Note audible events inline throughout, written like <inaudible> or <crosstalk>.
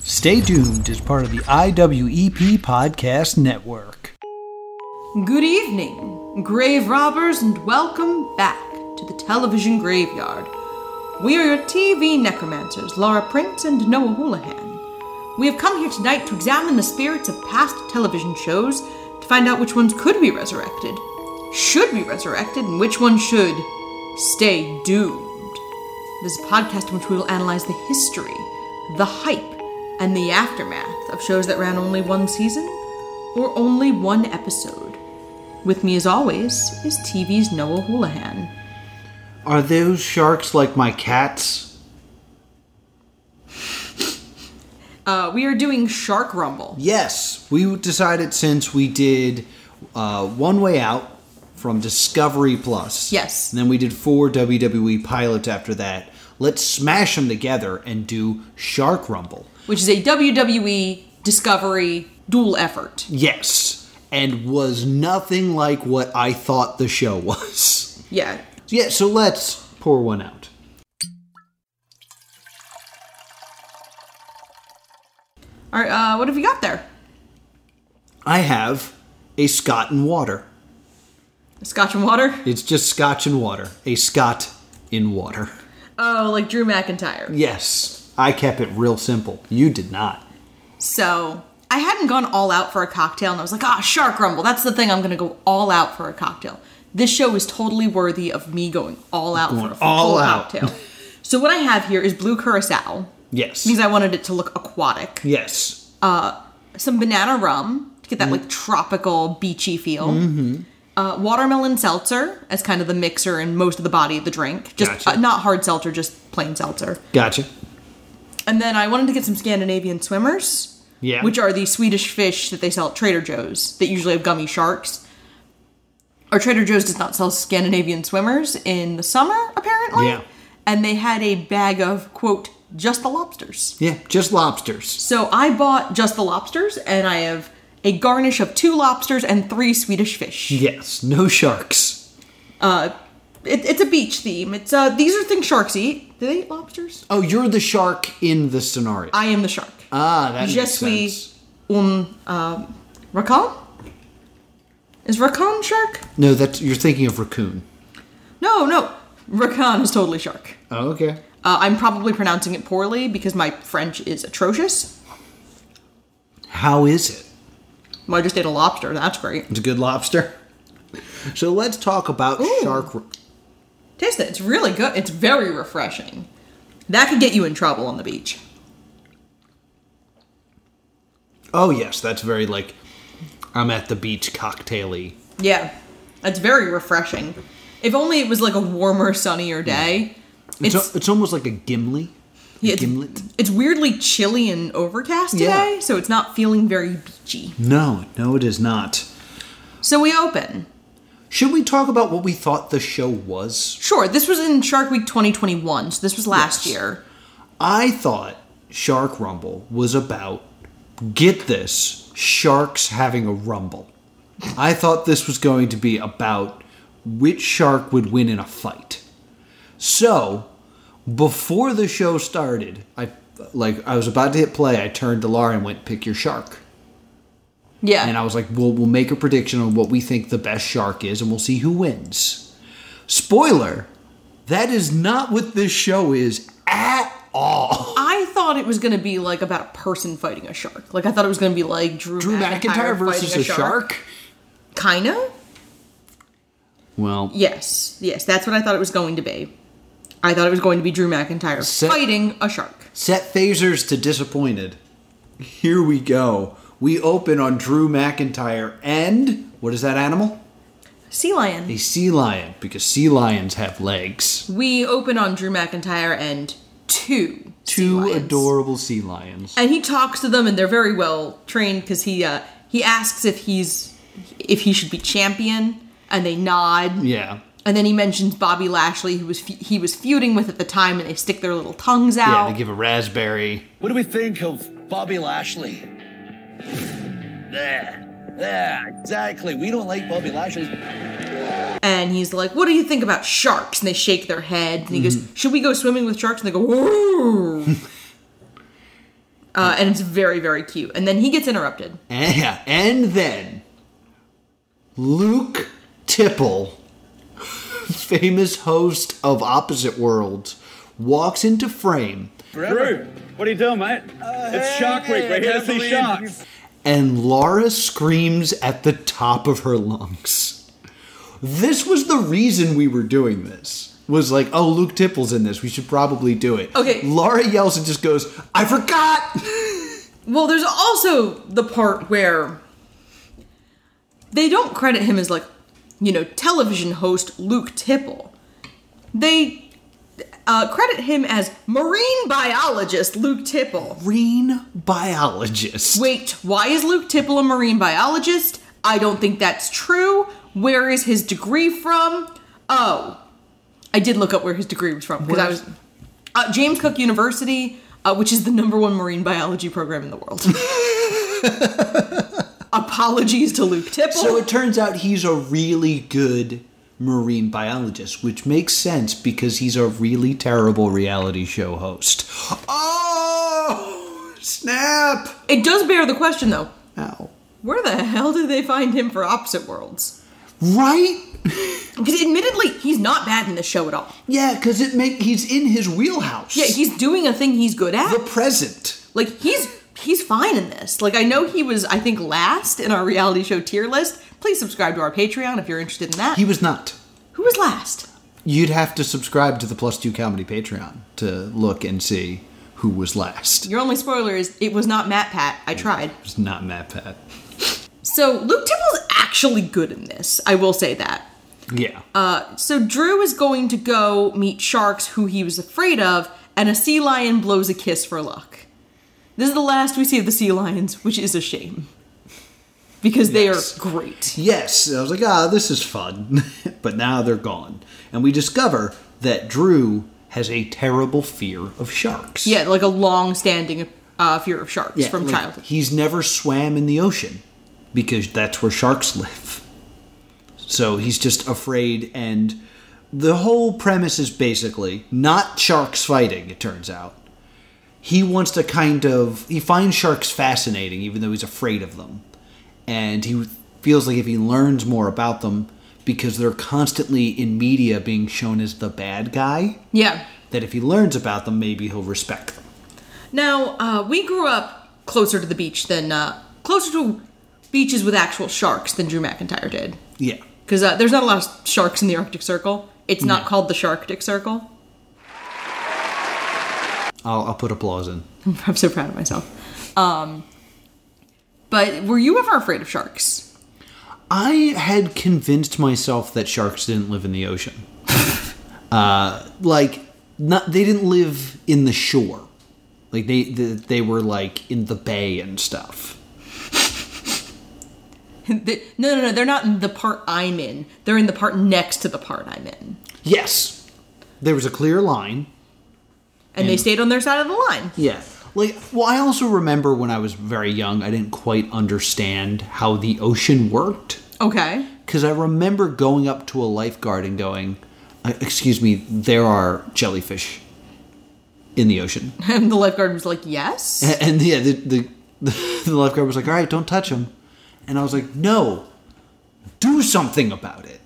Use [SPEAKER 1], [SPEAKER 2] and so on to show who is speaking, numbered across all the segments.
[SPEAKER 1] Stay Doomed is part of the IWEP Podcast Network.
[SPEAKER 2] Good evening, grave robbers, and welcome back to the television graveyard. We are your TV necromancers, Laura Prince and Noah Houlihan. We have come here tonight to examine the spirits of past television shows to find out which ones could be resurrected, should be resurrected, and which ones should stay doomed. This is a podcast in which we will analyze the history, the hype, and the aftermath of shows that ran only one season or only one episode. With me, as always, is TV's Noah Houlihan.
[SPEAKER 1] Are those sharks like my cats?
[SPEAKER 2] Uh, we are doing Shark Rumble.
[SPEAKER 1] Yes, we decided since we did uh, One Way Out from Discovery Plus.
[SPEAKER 2] Yes.
[SPEAKER 1] And then we did four WWE pilots after that. Let's smash them together and do Shark Rumble.
[SPEAKER 2] which is a WWE Discovery dual effort.
[SPEAKER 1] Yes, and was nothing like what I thought the show was. <laughs>
[SPEAKER 2] Yeah.
[SPEAKER 1] Yeah, so let's pour one out.
[SPEAKER 2] All right. Uh, what have you got there?
[SPEAKER 1] I have a Scott and water.
[SPEAKER 2] Scotch and water.
[SPEAKER 1] It's just scotch and water. A Scott in water.
[SPEAKER 2] Oh, like Drew McIntyre.
[SPEAKER 1] Yes, I kept it real simple. You did not.
[SPEAKER 2] So I hadn't gone all out for a cocktail, and I was like, ah, Shark Rumble. That's the thing. I'm gonna go all out for a cocktail. This show is totally worthy of me going all out for
[SPEAKER 1] Going
[SPEAKER 2] a
[SPEAKER 1] all
[SPEAKER 2] full
[SPEAKER 1] out.
[SPEAKER 2] cocktail. so what I have here is blue curacao
[SPEAKER 1] Yes.
[SPEAKER 2] because I wanted it to look aquatic.
[SPEAKER 1] yes.
[SPEAKER 2] some banana rum to get
[SPEAKER 1] Mm-hmm.
[SPEAKER 2] that like tropical beachy feel. Uh, watermelon seltzer as kind of the mixer and most of the body of the drink. Just
[SPEAKER 1] Gotcha.
[SPEAKER 2] uh, not hard seltzer, just plain seltzer.
[SPEAKER 1] Gotcha.
[SPEAKER 2] And then I wanted to get some Scandinavian swimmers,
[SPEAKER 1] Yeah.
[SPEAKER 2] which are the Swedish fish that they sell at Trader Joe's that usually have gummy sharks. Or Trader Joe's does not sell Scandinavian swimmers in the summer, apparently.
[SPEAKER 1] Yeah.
[SPEAKER 2] And they had a bag of, quote, just the lobsters.
[SPEAKER 1] Yeah, just lobsters.
[SPEAKER 2] So I bought just the lobsters, and I have a garnish of two lobsters and three Swedish fish.
[SPEAKER 1] Yes, no sharks.
[SPEAKER 2] It, it's a beach theme. It's uh, these are things sharks eat. Do they eat lobsters?
[SPEAKER 1] Oh, you're the shark in the scenario.
[SPEAKER 2] I am the shark.
[SPEAKER 1] ah, that
[SPEAKER 2] Je
[SPEAKER 1] makes
[SPEAKER 2] suis
[SPEAKER 1] sense.
[SPEAKER 2] un um, rakan. Is rakan shark?
[SPEAKER 1] No, that's you're thinking of raccoon.
[SPEAKER 2] No, no. Rakan is totally shark.
[SPEAKER 1] Oh, okay.
[SPEAKER 2] Uh, I'm probably pronouncing it poorly because my French is atrocious.
[SPEAKER 1] How is it?
[SPEAKER 2] Well, I just ate a lobster. That's great.
[SPEAKER 1] It's a good lobster. So let's talk about shark.
[SPEAKER 2] Taste it. It's really good. It's very refreshing. That could get you in trouble on the beach.
[SPEAKER 1] Oh yes, that's very like I'm at the beach cocktaily.
[SPEAKER 2] Yeah, that's very refreshing. If only it was like a warmer, sunnier day.
[SPEAKER 1] It's
[SPEAKER 2] It's,
[SPEAKER 1] it's, almost like a gimli.
[SPEAKER 2] yeah, it's,
[SPEAKER 1] gimlet.
[SPEAKER 2] it's weirdly chilly and overcast
[SPEAKER 1] Yeah.
[SPEAKER 2] today, so it's not feeling very beachy.
[SPEAKER 1] No, no, it is not.
[SPEAKER 2] So we open.
[SPEAKER 1] Should we talk about what we thought the show was?
[SPEAKER 2] Sure, this was in Shark Week 2021, so this was last
[SPEAKER 1] Yes.
[SPEAKER 2] year.
[SPEAKER 1] I thought Shark Rumble was about get this sharks having a rumble. I thought this was going to be about which shark would win in a fight. So, before the show started, I like I was about to hit play, I turned to Laura and went pick your shark.
[SPEAKER 2] Yeah.
[SPEAKER 1] And I was like, well, we'll make a prediction on what we think the best shark is and we'll see who wins. Spoiler, that is not what this show is at all.
[SPEAKER 2] I thought it was going to be like about a person fighting a shark. Like I thought it was going to be like Drew,
[SPEAKER 1] Drew McIntyre versus
[SPEAKER 2] fighting
[SPEAKER 1] a shark?
[SPEAKER 2] Kind of?
[SPEAKER 1] Well,
[SPEAKER 2] Yes. Yes, that's what I thought it was going to be. I thought it was going to be Drew McIntyre
[SPEAKER 1] Set-
[SPEAKER 2] fighting a shark.
[SPEAKER 1] set phasers to disappointed. Here we go. We open on Drew McIntyre and what is that animal?
[SPEAKER 2] Sea lion.
[SPEAKER 1] A sea lion, because sea lions have legs.
[SPEAKER 2] We open on Drew McIntyre and two
[SPEAKER 1] Two
[SPEAKER 2] sea lions.
[SPEAKER 1] adorable sea lions.
[SPEAKER 2] and he talks to them, and they're very well trained because he uh, he asks if he's if he should be champion, and they nod,
[SPEAKER 1] Yeah.
[SPEAKER 2] and then he mentions Bobby Lashley, who was fe- he was feuding with at the time, and they stick their little tongues
[SPEAKER 1] Yeah,
[SPEAKER 2] out.
[SPEAKER 1] they give a raspberry.
[SPEAKER 3] What do we think of Bobby Lashley? There. There, exactly. We don't like Bobby Lashley.
[SPEAKER 2] and he's like, "What do you think about sharks?" And they shake
[SPEAKER 1] Mm-hmm. <laughs>
[SPEAKER 2] their heads, and he goes, "Should we go swimming with sharks?" And they go, "Whoa." Uh, and it's very, very cute. And then he gets interrupted.
[SPEAKER 1] And, and then Luke Tipple, famous host of Opposite Worlds, walks into frame
[SPEAKER 3] Forever. Uh,
[SPEAKER 4] Drew, what are you doing, mate? it's Shark Week. We're here to see sharks.
[SPEAKER 1] and Laura screams at the top of her lungs. This was the reason we were doing this. Was like, oh, Luke Tipple's in this. We should probably do it.
[SPEAKER 2] Okay.
[SPEAKER 1] Laura yells and just goes, I forgot!
[SPEAKER 2] Well, there's also the part where they don't credit him as, like, you know, television host Luke Tipple. They uh, credit him as marine biologist Luke Tipple.
[SPEAKER 1] Green biologist.
[SPEAKER 2] Wait, why is Luke Tipple a marine biologist? I don't think that's true. Where is his degree from? Oh, I did look up where his degree was from because I was uh, James Cook University, uh, which is the number one marine biology program in the
[SPEAKER 1] <laughs>
[SPEAKER 2] world. Apologies to Luke Tipple.
[SPEAKER 1] So it turns out he's a really good marine biologist, which makes sense because he's a really terrible reality show host. Oh! Snap!
[SPEAKER 2] it does bear the question though:
[SPEAKER 1] Ow.
[SPEAKER 2] where the hell did they find him for Opposite Worlds?
[SPEAKER 1] Right?
[SPEAKER 2] Because admittedly, he's not bad in the show at all.
[SPEAKER 1] Yeah, because it make he's in his wheelhouse.
[SPEAKER 2] Yeah, he's doing a thing he's good at.
[SPEAKER 1] the present.
[SPEAKER 2] like he's he's fine in this like i know he was i think last in our reality show tier list please subscribe to our patreon if you're interested in that
[SPEAKER 1] He was not.
[SPEAKER 2] who was last
[SPEAKER 1] You'd have to subscribe to the Plus Two Comedy Patreon to look and see who was last. It
[SPEAKER 2] your only spoiler is it was not matt pat i tried
[SPEAKER 1] was not Matt Pat.
[SPEAKER 2] so luke tipple's actually good in this i will say that
[SPEAKER 1] Yeah.
[SPEAKER 2] so drew is going to go meet sharks who he was afraid of and a sea lion blows a kiss for luck this is the last we see of the sea lions which is a shame because they
[SPEAKER 1] Yes.
[SPEAKER 2] are great
[SPEAKER 1] yes, I was like, ah, this is fun, <laughs> but now they're gone, and we discover that Drew has a terrible fear of sharks.
[SPEAKER 2] yeah like a long-standing uh, fear of sharks
[SPEAKER 1] Yeah,
[SPEAKER 2] from
[SPEAKER 1] like,
[SPEAKER 2] childhood
[SPEAKER 1] He's never swam in the ocean because that's where sharks live. So he's just afraid, and the whole premise is basically not sharks fighting, it turns out. He wants to kind of. He finds sharks fascinating, even though he's afraid of them. And he feels like if he learns more about them, because they're constantly in media being shown as the bad guy,
[SPEAKER 2] yeah
[SPEAKER 1] that if he learns about them, maybe he'll respect them.
[SPEAKER 2] Now, uh, we grew up closer to the beach than, uh, closer to beaches with actual sharks than Drew McIntyre did.
[SPEAKER 1] Yeah.
[SPEAKER 2] Because uh, there's not a lot of sharks in the Arctic Circle. It's not called the Sharktic Circle. <laughs>
[SPEAKER 1] I'll, I'll put applause in.
[SPEAKER 2] I'm so proud of myself. Um, but were you ever afraid of sharks? <laughs>
[SPEAKER 1] I had convinced myself that sharks didn't live in the ocean. uh, like, not they didn't live in the shore. Like they, they they were like in the bay and stuff.
[SPEAKER 2] They- no, no, no. They're not in the part I'm in. They're in the part next to the part I'm in.
[SPEAKER 1] Yes, there was a clear line.
[SPEAKER 2] And they stayed on their side of the line.
[SPEAKER 1] Yeah. Like, well, I also remember when I was very young, I didn't quite understand how the ocean worked.
[SPEAKER 2] Okay. <laughs>
[SPEAKER 1] because I remember going up to a lifeguard and going, "Uh, "Excuse me, there are jellyfish in the ocean."
[SPEAKER 2] And the lifeguard was like, yes.
[SPEAKER 1] <laughs> And, and yeah, the, the <laughs> the lifeguard was like, "All right, don't touch them," and I was like, "No, do something about it.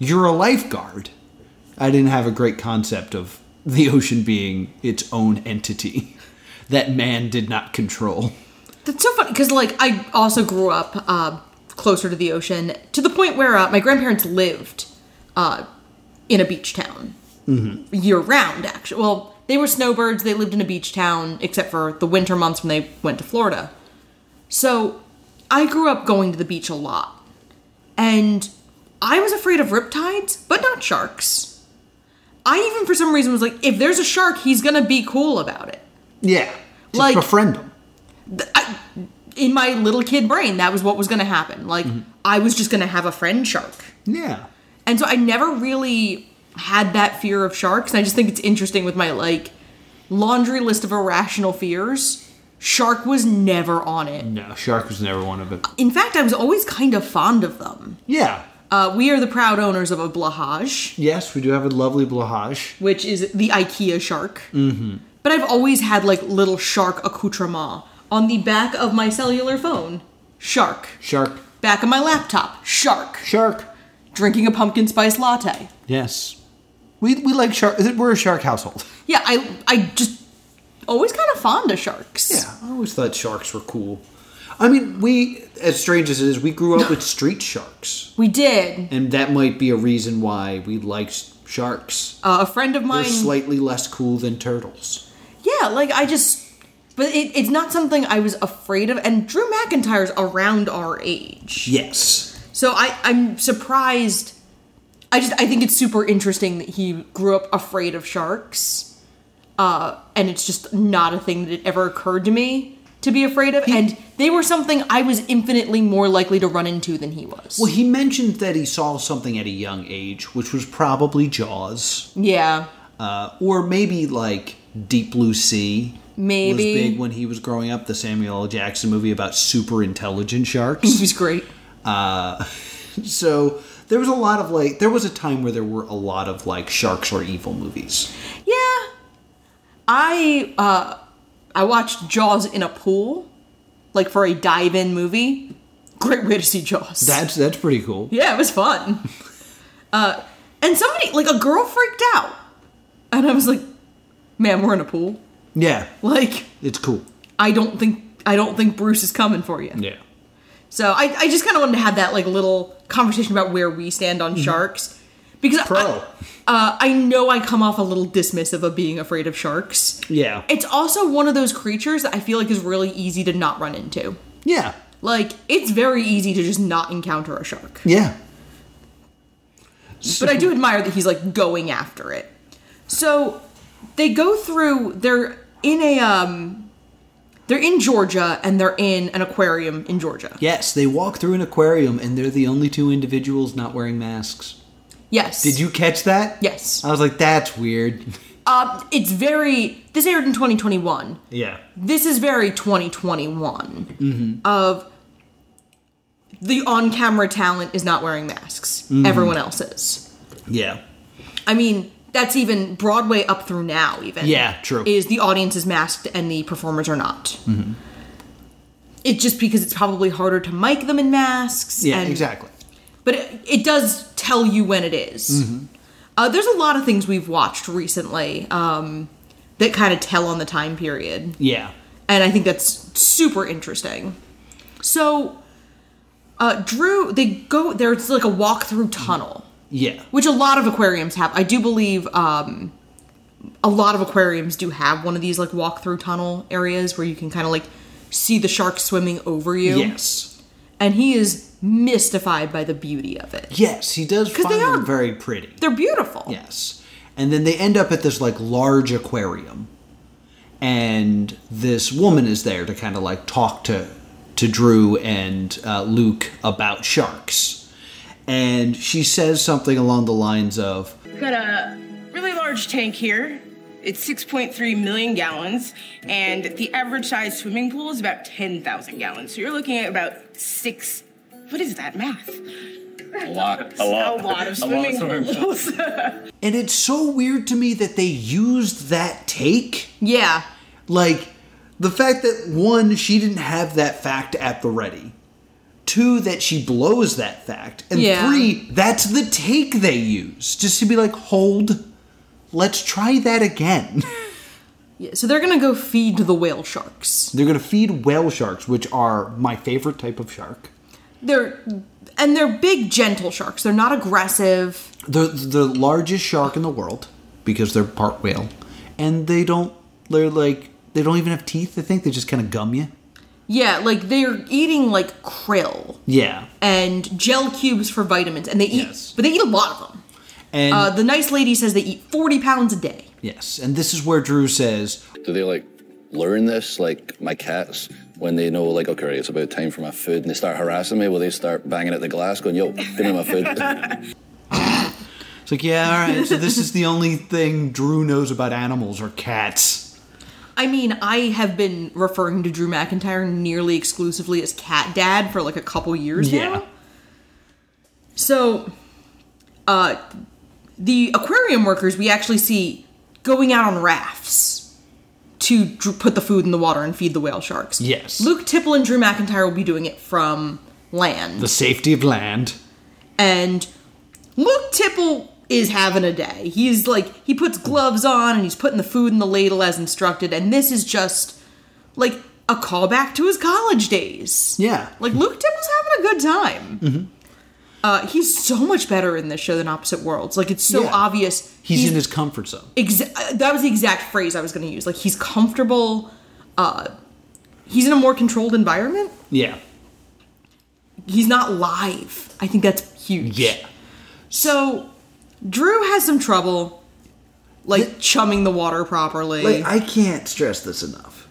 [SPEAKER 1] You're a lifeguard." I didn't have a great concept of the ocean being its own entity <laughs> that man did not control.
[SPEAKER 2] That's so funny because like I also grew up uh, closer to the ocean to the point where uh, my grandparents lived uh, in a beach town year round. Actually, well, they were snowbirds. They lived in a beach town except for the winter months when they went to Florida. So I grew up going to the beach a lot, and I was afraid of riptides, but not sharks. I even for some reason was like, if there's a shark, he's gonna be cool about it.
[SPEAKER 1] Yeah, just
[SPEAKER 2] Like-
[SPEAKER 1] befriend them.
[SPEAKER 2] in my little kid brain, that was what was going to happen. Like, I was just going to have a friend shark.
[SPEAKER 1] Yeah,
[SPEAKER 2] And so I never really had that fear of sharks. And I just think it's interesting with my, like, laundry list of irrational fears. Shark was never on it.
[SPEAKER 1] no, shark was never one of it.
[SPEAKER 2] In fact, I was always kind of fond of them.
[SPEAKER 1] Yeah.
[SPEAKER 2] Uh, we are the proud owners of a blahage,
[SPEAKER 1] Yes, we do have a lovely blahage.
[SPEAKER 2] which is the IKEA shark. But I've always had like little shark accoutrement on the back of my cellular phone. Shark.
[SPEAKER 1] Shark.
[SPEAKER 2] Back of my laptop. Shark.
[SPEAKER 1] Shark.
[SPEAKER 2] Drinking a pumpkin spice latte.
[SPEAKER 1] Yes. We, we like shark. We're a shark household.
[SPEAKER 2] Yeah, I I just always kind of fond of sharks.
[SPEAKER 1] Yeah, I always thought sharks were cool. I mean, we, as strange as it is, we grew up with street sharks.
[SPEAKER 2] We did.
[SPEAKER 1] And that might be a reason why we liked sharks.
[SPEAKER 2] Uh, a friend of
[SPEAKER 1] They're
[SPEAKER 2] mine.
[SPEAKER 1] slightly less cool than turtles.
[SPEAKER 2] yeah, like I just. But it, it's not something I was afraid of. And Drew McIntyre's around our age.
[SPEAKER 1] Yes.
[SPEAKER 2] So I, I'm surprised. I just I think it's super interesting that he grew up afraid of sharks, uh, and it's just not a thing that ever occurred to me to be afraid of. and they were something I was infinitely more likely to run into than he was.
[SPEAKER 1] Well, he mentioned that he saw something at a young age, which was probably Jaws,
[SPEAKER 2] yeah,
[SPEAKER 1] uh, or maybe like Deep Blue Sea.
[SPEAKER 2] Maybe.
[SPEAKER 1] was big when he was growing up. The Samuel L. Jackson movie about super intelligent
[SPEAKER 2] he <laughs>
[SPEAKER 1] sharks.
[SPEAKER 2] was great.
[SPEAKER 1] so there was a lot of like, there was a time where there were a lot of like sharks are evil movies.
[SPEAKER 2] Yeah, I uh, I watched Jaws in a pool, like for a dive-in movie. Great way to see Jaws.
[SPEAKER 1] That's that's pretty cool.
[SPEAKER 2] Yeah, it
[SPEAKER 1] <laughs>
[SPEAKER 2] was fun. uh, and somebody, like a girl, freaked out, and I was like, "Man, we're in a pool.
[SPEAKER 1] Yeah,
[SPEAKER 2] Like,
[SPEAKER 1] it's cool.
[SPEAKER 2] I don't think I don't think Bruce is coming for you."
[SPEAKER 1] Yeah.
[SPEAKER 2] So I, I just kind of wanted to have that like little conversation about where we stand on sharks, because
[SPEAKER 1] Mm-hmm. Pro.
[SPEAKER 2] I, uh, I know I come off a little dismissive of being afraid of sharks.
[SPEAKER 1] Yeah.
[SPEAKER 2] It's also one of those creatures that I feel like is really easy to not run into.
[SPEAKER 1] yeah.
[SPEAKER 2] Like, it's very easy to just not encounter a shark.
[SPEAKER 1] Yeah.
[SPEAKER 2] but I do admire that he's like going after it. So they go through. They're in a um, they're in Georgia and they're in an aquarium in Georgia.
[SPEAKER 1] Yes, they walk through an aquarium and they're the only two individuals not wearing masks.
[SPEAKER 2] Yes.
[SPEAKER 1] Did you catch that?
[SPEAKER 2] Yes.
[SPEAKER 1] I was like, that's weird.
[SPEAKER 2] Uh, it's very. This aired in 2021.
[SPEAKER 1] Yeah.
[SPEAKER 2] This is very 2021.
[SPEAKER 1] Mm-hmm.
[SPEAKER 2] Of the on-camera talent is not wearing masks.
[SPEAKER 1] Mm-hmm.
[SPEAKER 2] Everyone else is.
[SPEAKER 1] Yeah.
[SPEAKER 2] I mean, that's even Broadway up through now. Even
[SPEAKER 1] Yeah, true. Mm-hmm.
[SPEAKER 2] Is the audience is masked and the performers are not. It's just because it's probably harder to mic them in masks.
[SPEAKER 1] Yeah,
[SPEAKER 2] and-
[SPEAKER 1] exactly.
[SPEAKER 2] But it, it does tell you when it is.
[SPEAKER 1] Mm-hmm.
[SPEAKER 2] Uh, there's a lot of things we've watched recently um, that kind of tell on the time period,
[SPEAKER 1] Yeah.
[SPEAKER 2] and I think that's super interesting. So, uh, Drew, they go there's like a walk through tunnel
[SPEAKER 1] Yeah.
[SPEAKER 2] which a lot of aquariums have. I do believe um, a lot of aquariums do have one of these like walk through tunnel areas where you can kind of like see the shark swimming over you.
[SPEAKER 1] Yes.
[SPEAKER 2] And he is mystified by the beauty of it.
[SPEAKER 1] Yes, he does find
[SPEAKER 2] they
[SPEAKER 1] them
[SPEAKER 2] are-
[SPEAKER 1] very pretty.
[SPEAKER 2] They're beautiful.
[SPEAKER 1] Yes. And then they end up at this like large aquarium. And this woman is there to kind of like talk to to Drew and uh, Luke about sharks. And she says something along the lines of,
[SPEAKER 5] got a really large tank here. It's 6.3 million gallons, and the average size swimming pool is about 10,000 gallons. So you're looking at about six. What is that math?
[SPEAKER 3] A lot. A
[SPEAKER 5] A
[SPEAKER 3] lot.
[SPEAKER 5] lot of swimming
[SPEAKER 3] <laughs>
[SPEAKER 5] pools. <laughs>
[SPEAKER 1] and it's so weird to me that they used that take.
[SPEAKER 2] Yeah.
[SPEAKER 1] Like, the fact that one, she didn't have that fact at the ready. Two, that she blows that fact. And
[SPEAKER 2] Yeah.
[SPEAKER 1] three, that's the take they use. Just to be like, hold, let's try that again. <laughs>
[SPEAKER 2] Yeah. So they're going to go feed the whale sharks.
[SPEAKER 1] They're going to feed whale sharks, which are my favorite type of shark.
[SPEAKER 2] They're and they're big gentle sharks. They're not aggressive.
[SPEAKER 1] They're the largest shark in the world because they're part whale. And they don't, they're like, they don't even have teeth, I think. They just kind of gum you.
[SPEAKER 2] Yeah, like they're eating like krill
[SPEAKER 1] Yeah.
[SPEAKER 2] and gel cubes for vitamins and they eat
[SPEAKER 1] Yes.
[SPEAKER 2] but they eat a lot of them.
[SPEAKER 1] And
[SPEAKER 2] Uh, the nice lady says they eat 40 pounds a day.
[SPEAKER 1] yes, and this is where Drew says,
[SPEAKER 3] Do they like learn this like my cats when they know like okay it's about time for my food and they start harassing me? Will they start banging at the glass going yo give me my food? <laughs>
[SPEAKER 1] It's like, yeah, all right. So this is the only thing Drew knows about animals or cats.
[SPEAKER 2] I mean, I have been referring to Drew McIntyre nearly exclusively as Cat Dad for like a couple years now. So, uh, the aquarium workers we actually see going out on rafts to dr- put the food in the water and feed the whale sharks.
[SPEAKER 1] Yes.
[SPEAKER 2] Luke Tipple and Drew McIntyre will be doing it from land.
[SPEAKER 1] The safety of land.
[SPEAKER 2] and Luke Tipple is having a day. He's like he puts gloves on and he's putting the food in the ladle as instructed and this is just like a callback to his college days.
[SPEAKER 1] Yeah. Mm-hmm.
[SPEAKER 2] Like Luke Tipple's having a good time. Uh, he's so much better in this show than Opposite Worlds. Like it's so
[SPEAKER 1] Yeah.
[SPEAKER 2] obvious
[SPEAKER 1] He's, in his comfort zone.
[SPEAKER 2] exa- uh, that was the exact phrase I was going to use. Like he's comfortable. Uh, he's in a more controlled environment.
[SPEAKER 1] Yeah.
[SPEAKER 2] He's not live. I think that's huge.
[SPEAKER 1] Yeah.
[SPEAKER 2] So Drew has some trouble, like chumming the water properly.
[SPEAKER 1] Like, I can't stress this enough.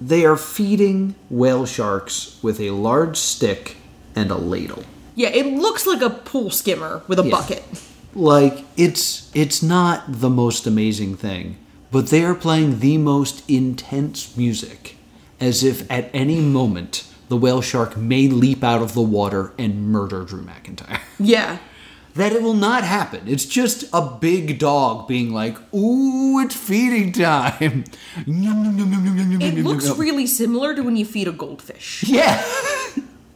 [SPEAKER 1] They are feeding whale sharks with a large stick and a ladle.
[SPEAKER 2] yeah, it looks like a pool skimmer with a
[SPEAKER 1] Yeah.
[SPEAKER 2] bucket.
[SPEAKER 1] Like it's it's not the most amazing thing, but they are playing the most intense music as if at any moment the whale shark may leap out of the water and murder Drew McIntyre. <laughs>
[SPEAKER 2] Yeah.
[SPEAKER 1] that it will not happen. It's just a big dog being like, "Ooh, it's feeding time." <laughs>
[SPEAKER 2] It
[SPEAKER 1] It
[SPEAKER 2] looks really similar to when you feed a goldfish.
[SPEAKER 1] yeah.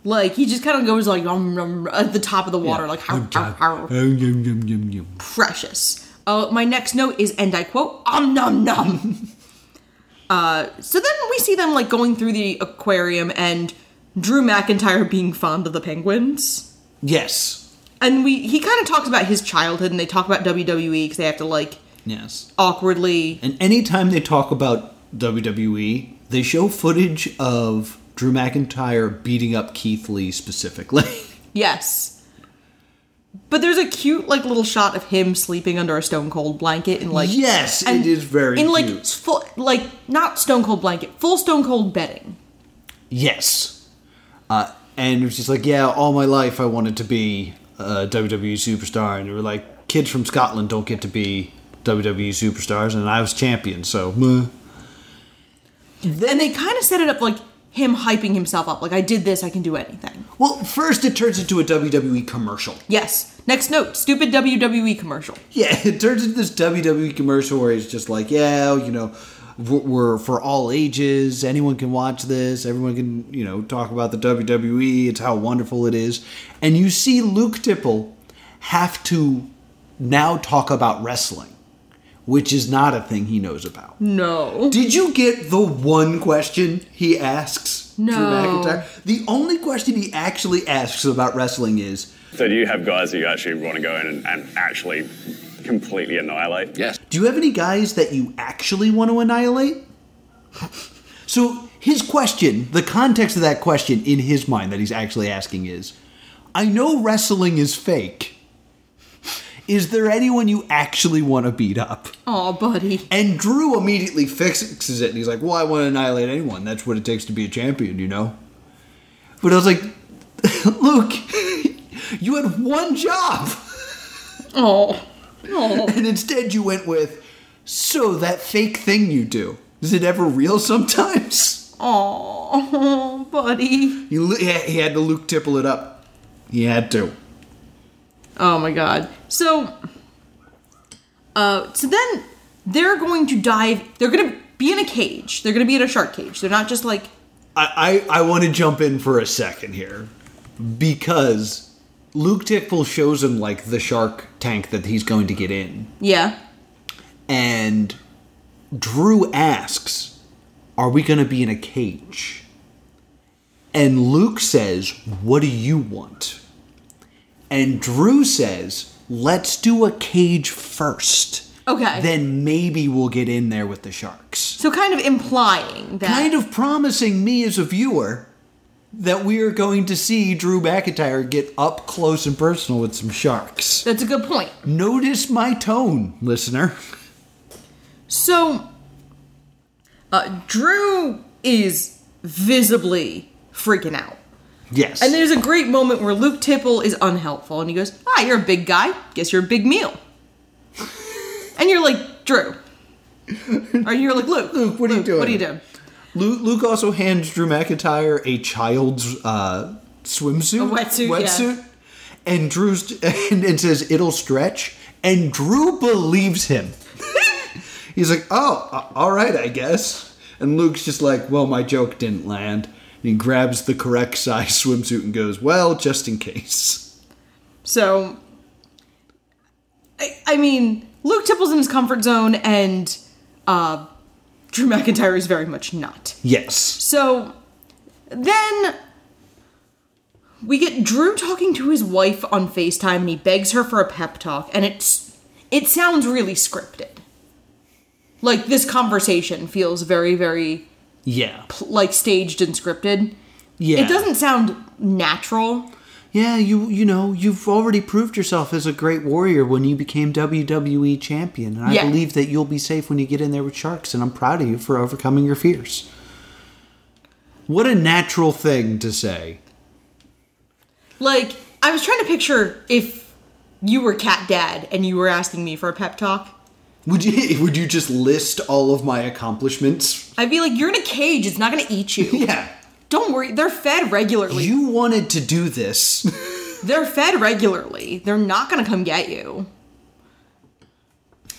[SPEAKER 2] Like he just kind of goes like um, um, at the top of the water, like how
[SPEAKER 1] Oh, dog. Oh, yum, yum, yum, yum.
[SPEAKER 2] precious. Uh, my next note is, and I quote, "Om nom nom." <laughs> uh, so then we see them like going through the aquarium and Drew McIntyre being fond of the penguins,
[SPEAKER 1] Yes.
[SPEAKER 2] and we he kind of talks about his childhood, and they talk about WWE because they have to like
[SPEAKER 1] Yes.
[SPEAKER 2] awkwardly.
[SPEAKER 1] And anytime they talk about WWE, they show footage of Drew McIntyre beating up Keith Lee specifically. <laughs>
[SPEAKER 2] Yes. But there's a cute like little shot of him sleeping under a stone cold blanket and like
[SPEAKER 1] yes, it is very
[SPEAKER 2] in like
[SPEAKER 1] cute.
[SPEAKER 2] full like not stone cold blanket full stone cold bedding
[SPEAKER 1] Yes. Uh, and it was just like, yeah, all my life I wanted to be a WWE superstar. And they were like, kids from Scotland don't get to be WWE superstars. And I was champion, so. meh.
[SPEAKER 2] and they kind of set it up like him hyping himself up like I did this I can do anything
[SPEAKER 1] Well, first it turns into a WWE commercial.
[SPEAKER 2] yes next note stupid WWE commercial
[SPEAKER 1] Yeah, <laughs> it turns into this WWE commercial where he's just like, yeah, you know, we're, we're for all ages. Anyone can watch this. Everyone can, you know, talk about the WWE. It's how wonderful it is. And you see Luke Tipple have to now talk about wrestling, which is not a thing he knows about.
[SPEAKER 2] no
[SPEAKER 1] Did you get the one question he asks? Drew
[SPEAKER 2] No.
[SPEAKER 1] McIntyre? The only question he actually asks about wrestling is,
[SPEAKER 6] So do you have guys that you actually want to go in and, and actually completely annihilate?
[SPEAKER 3] Yes.
[SPEAKER 1] Do you have any guys that you actually want to annihilate? so his question, the context of that question in his mind that he's actually asking is I know wrestling is fake. Is there anyone you actually want to beat up?
[SPEAKER 2] oh buddy
[SPEAKER 1] And Drew immediately fixes it and he's like, Well, I want to annihilate anyone. That's what it takes to be a champion, you know? But I was like, <laughs> Luke, you had one job.
[SPEAKER 2] oh oh
[SPEAKER 1] And instead, you went with, so that fake thing you do, is it ever real sometimes? <laughs>
[SPEAKER 2] oh buddy
[SPEAKER 1] He, lu- he he had to Luke Tipple it up. He had to.
[SPEAKER 2] oh my god so uh so then they're going to dive they're gonna be in a cage they're gonna be in a shark cage they're not just like
[SPEAKER 1] I, I, I want to jump in for a second here because Luke Tipple shows him, like, the shark tank that he's going to get in.
[SPEAKER 2] yeah
[SPEAKER 1] And Drew asks, Are we going to be in a cage? And Luke says, What do you want? And Drew says, Let's do a cage first.
[SPEAKER 2] Okay.
[SPEAKER 1] Then maybe we'll get in there with the sharks.
[SPEAKER 2] So kind of implying that
[SPEAKER 1] Kind of promising me as a viewer that we are going to see Drew McIntyre get up close and personal with some sharks.
[SPEAKER 2] that's a good point.
[SPEAKER 1] Notice my tone, listener.
[SPEAKER 2] So uh, Drew is visibly freaking out.
[SPEAKER 1] Yes.
[SPEAKER 2] And there's a great moment where Luke Tipple is unhelpful and he goes, Ah, you're a big guy. Guess you're a big meal. and you're like, Drew. Or you're like, Luke.
[SPEAKER 1] Luke, what are you doing?
[SPEAKER 2] What are you doing?
[SPEAKER 1] Luke, Luke also hands Drew McIntyre a child's uh, swimsuit,
[SPEAKER 2] A wetsuit, yeah.
[SPEAKER 1] and Drew's <laughs> and, and says it'll stretch, <laughs> and Drew believes him. He's like, "Oh, a- all right, I guess." And Luke's just like, well, my joke didn't land. And he grabs the correct size swimsuit and goes, well, just in case.
[SPEAKER 2] So, I, I mean, Luke Tipple's in his comfort zone, and uh, Drew McIntyre is very much not.
[SPEAKER 1] Yes.
[SPEAKER 2] So then we get Drew talking to his wife on FaceTime and he begs her for a pep talk and it's it sounds really scripted. Like this conversation feels very very
[SPEAKER 1] Yeah.
[SPEAKER 2] like staged and scripted.
[SPEAKER 1] Yeah.
[SPEAKER 2] It doesn't sound natural.
[SPEAKER 1] Yeah, you you know, you've already proved yourself as a great warrior when you became WWE champion, and I
[SPEAKER 2] Yeah.
[SPEAKER 1] believe that you'll be safe when you get in there with sharks, and I'm proud of you for overcoming your fears. What a natural thing to say.
[SPEAKER 2] Like I was trying to picture if you were cat dad and you were asking me for a pep talk.
[SPEAKER 1] Would you <laughs> would you just list all of my accomplishments?
[SPEAKER 2] I'd be like, "You're in a cage. It's not going to eat you.
[SPEAKER 1] <laughs> Yeah.
[SPEAKER 2] Don't worry. They're fed regularly.
[SPEAKER 1] You wanted to do this. <laughs>
[SPEAKER 2] They're fed regularly. They're not going to come get you."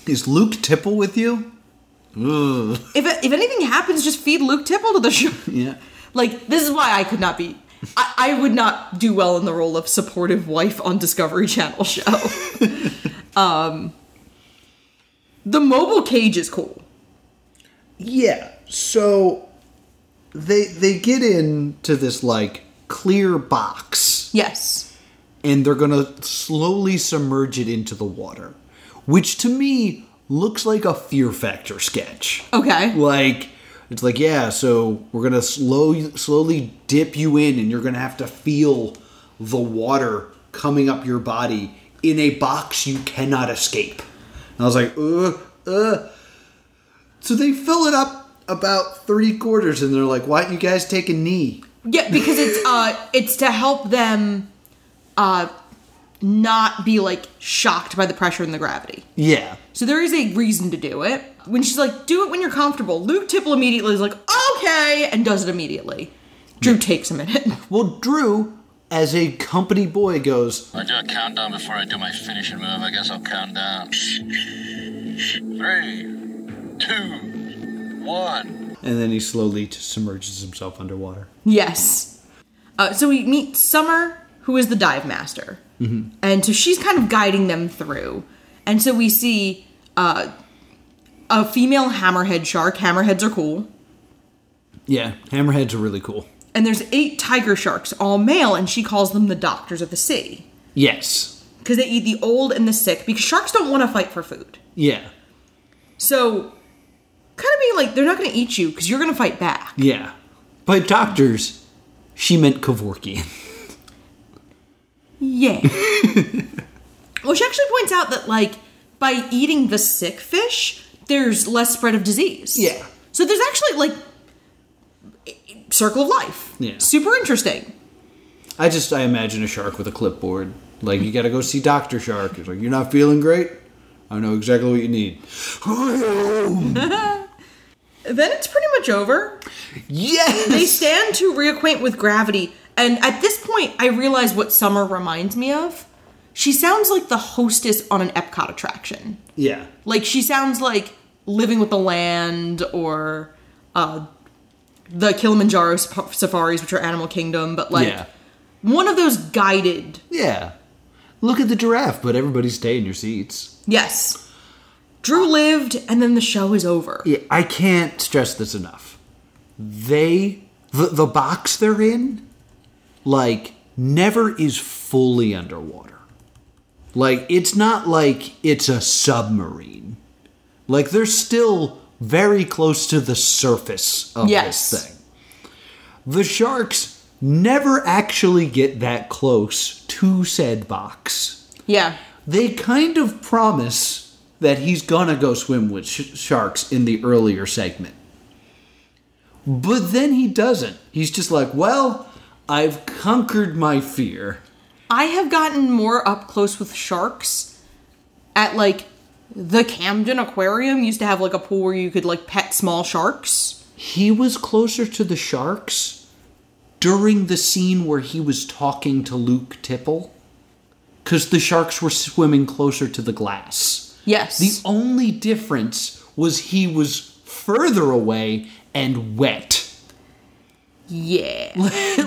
[SPEAKER 1] Is Luke Tipple with you?
[SPEAKER 2] if if anything happens, just feed Luke Tipple to the show. <laughs>
[SPEAKER 1] Yeah.
[SPEAKER 2] Like this is why I could not be. I, I would not do well in the role of supportive wife on Discovery Channel show. <laughs> um, the mobile cage is cool.
[SPEAKER 1] Yeah. So they they get into this like clear box
[SPEAKER 2] Yes,
[SPEAKER 1] and they're going to slowly submerge it into the water, which to me looks like a Fear Factor sketch.
[SPEAKER 2] Okay.
[SPEAKER 1] Like, it's like, yeah, so we're going to slow, slowly dip you in, and you're going to have to feel the water coming up your body in a box you cannot escape. And I was like, uh, uh. So they fill it up about three quarters, and they're like, why don't you guys take a knee?
[SPEAKER 2] yeah, because it's uh, it's to help them, uh, not be like shocked by the pressure and the gravity.
[SPEAKER 1] Yeah.
[SPEAKER 2] So there is a reason to do it. When she's like, do it when you're comfortable, Luke Tipple immediately is like, okay, and does it immediately. Drew takes a minute. <laughs>
[SPEAKER 1] Well, Drew, as a company boy, goes,
[SPEAKER 7] I do a countdown before I do my finishing move. I guess I'll count down. Three, two, one.
[SPEAKER 1] and then he slowly just submerges himself underwater.
[SPEAKER 2] yes. Uh, so we meet Summer, who is the dive master. And so she's kind of guiding them through. And so we see uh, a female hammerhead shark. Hammerheads are cool.
[SPEAKER 1] Yeah, hammerheads are really cool.
[SPEAKER 2] And there's eight tiger sharks, all male, and she calls them the doctors of the sea.
[SPEAKER 1] Yes.
[SPEAKER 2] Because they eat the old and the sick, because sharks don't want to fight for food.
[SPEAKER 1] Yeah.
[SPEAKER 2] So, kind of being like, they're not going to eat you because you're going to fight back.
[SPEAKER 1] Yeah. By doctors, she meant Kevorkian. <laughs>
[SPEAKER 2] Yeah. Which actually points out that, like, by eating the sick fish, there's less spread of disease.
[SPEAKER 1] Yeah.
[SPEAKER 2] So there's actually, like, circle of life.
[SPEAKER 1] Yeah.
[SPEAKER 2] Super interesting.
[SPEAKER 1] I just I imagine a shark with a clipboard. Like you gotta go see Doctor Shark. It's like you're not feeling great. I know exactly what you need.
[SPEAKER 2] Then it's pretty much over.
[SPEAKER 1] yes. <laughs>
[SPEAKER 2] They stand to reacquaint with gravity. And at this point, I realize what Summer reminds me of. She sounds like the hostess on an Epcot attraction.
[SPEAKER 1] yeah.
[SPEAKER 2] Like she sounds like living with the land or uh, the Kilimanjaro saf- safaris, which are Animal Kingdom, but like
[SPEAKER 1] yeah.
[SPEAKER 2] one of those guided.
[SPEAKER 1] Yeah. Look at the giraffe, but everybody stay in your seats.
[SPEAKER 2] Yes. Drew lived, and then the show is over.
[SPEAKER 1] Yeah, I can't stress this enough. They the the box they're in like never is fully underwater. Like it's not like it's a submarine. Like they're still very close to the surface of
[SPEAKER 2] Yes.
[SPEAKER 1] this thing. The sharks never actually get that close to said box
[SPEAKER 2] Yeah.
[SPEAKER 1] they kind of promise that he's gonna go swim with sh- sharks in the earlier segment. But then he doesn't. He's just like, well, I've conquered my fear.
[SPEAKER 2] I have gotten more up close with sharks at like the Camden Aquarium used to have like a pool where you could like pet small sharks.
[SPEAKER 1] He was closer to the sharks during the scene where he was talking to Luke Tipple because the sharks were swimming closer to the glass.
[SPEAKER 2] Yes.
[SPEAKER 1] The only difference was he was further away and wet.
[SPEAKER 2] Yeah.
[SPEAKER 1] <laughs>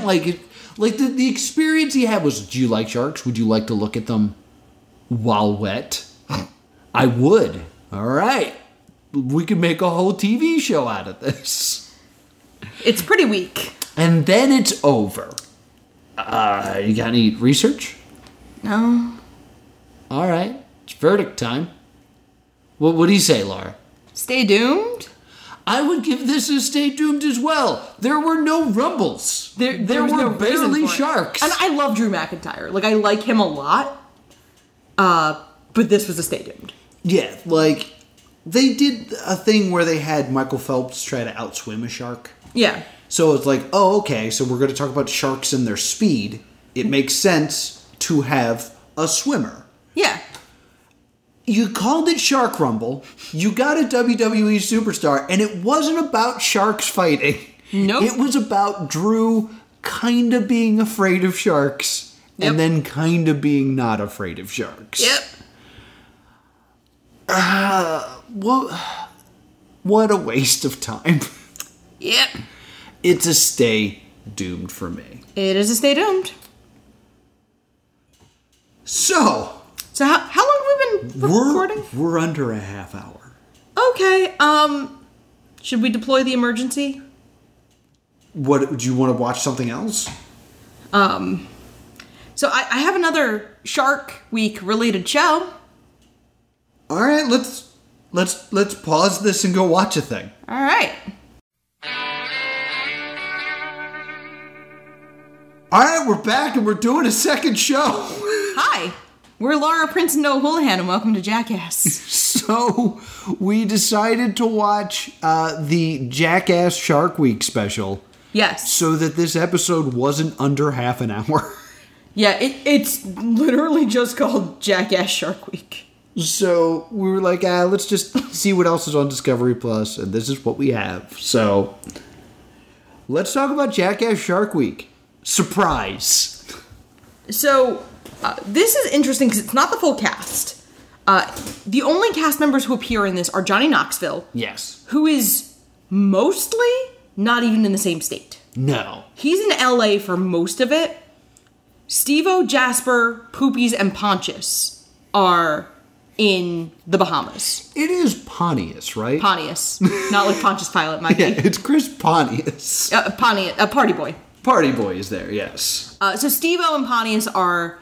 [SPEAKER 1] like it, like the, the experience he had was do you like sharks would you like to look at them while wet i would all right we could make a whole tv show out of this
[SPEAKER 2] It's pretty weak.
[SPEAKER 1] and then it's over uh you got any research
[SPEAKER 2] No.
[SPEAKER 1] all right it's verdict time what what do you say laura
[SPEAKER 2] Stay doomed?
[SPEAKER 1] I would give this a stay doomed as well. There were no rumbles. There,
[SPEAKER 2] was
[SPEAKER 1] were
[SPEAKER 2] no reason
[SPEAKER 1] barely
[SPEAKER 2] for it.
[SPEAKER 1] sharks.
[SPEAKER 2] And I love Drew McIntyre. Like I like him a lot. Uh, but this was a stay doomed.
[SPEAKER 1] Yeah, like they did a thing where they had Michael Phelps try to outswim a shark.
[SPEAKER 2] Yeah.
[SPEAKER 1] So it's like, oh, okay, so we're going to talk about sharks and their speed. It makes sense to have a swimmer.
[SPEAKER 2] Yeah.
[SPEAKER 1] You called it Shark Rumble. You got a WWE superstar, and it wasn't about sharks fighting.
[SPEAKER 2] Nope.
[SPEAKER 1] It was about Drew kind of being afraid of sharks
[SPEAKER 2] Yep.
[SPEAKER 1] and then kind of being not afraid of sharks. What, what a waste of time.
[SPEAKER 2] Yep.
[SPEAKER 1] It's a stay doomed for me.
[SPEAKER 2] It is a stay doomed.
[SPEAKER 1] So,
[SPEAKER 2] So how, how long have we been
[SPEAKER 1] we're,
[SPEAKER 2] recording?
[SPEAKER 1] we're under a half hour.
[SPEAKER 2] Okay. Um should we deploy the emergency?
[SPEAKER 1] What do you want to watch something else?
[SPEAKER 2] Um so I, I have another Shark Week related show.
[SPEAKER 1] All right, let's let's let's pause this and go watch a thing.
[SPEAKER 2] All right.
[SPEAKER 1] All right, we're back and we're doing a second show. <laughs>
[SPEAKER 2] Hi. We're Laura Prince and Noah Houlihan, and welcome
[SPEAKER 1] <laughs>
[SPEAKER 2] to Jackass.
[SPEAKER 1] So, we decided to watch uh, the Jackass Shark Week special
[SPEAKER 2] Yes.
[SPEAKER 1] so that this episode wasn't under half an hour. <laughs>
[SPEAKER 2] Yeah, it, it's literally just called Jackass Shark Week.
[SPEAKER 1] So we were like, ah, let's just see what else is on Discovery Plus, and this is what we have. So let's talk about Jackass Shark Week. Surprise!
[SPEAKER 2] So, uh, this is interesting because it's not the full cast. Uh, the only cast members who appear in this are Johnny Knoxville,
[SPEAKER 1] Yes.
[SPEAKER 2] who is mostly not even in the same state.
[SPEAKER 1] No.
[SPEAKER 2] He's in LA for most of it. Stevo, Jasper, Poopies, and Pontius are in the Bahamas.
[SPEAKER 1] It is Pontius, right?
[SPEAKER 2] Pontius, not like Pontius Pilate might
[SPEAKER 1] yeah,
[SPEAKER 2] be.
[SPEAKER 1] it's Chris Pontius.
[SPEAKER 2] Uh, Pontius, a party boy.
[SPEAKER 1] Party Boy is there, yes.
[SPEAKER 2] Uh, so Steve-O and Pontius are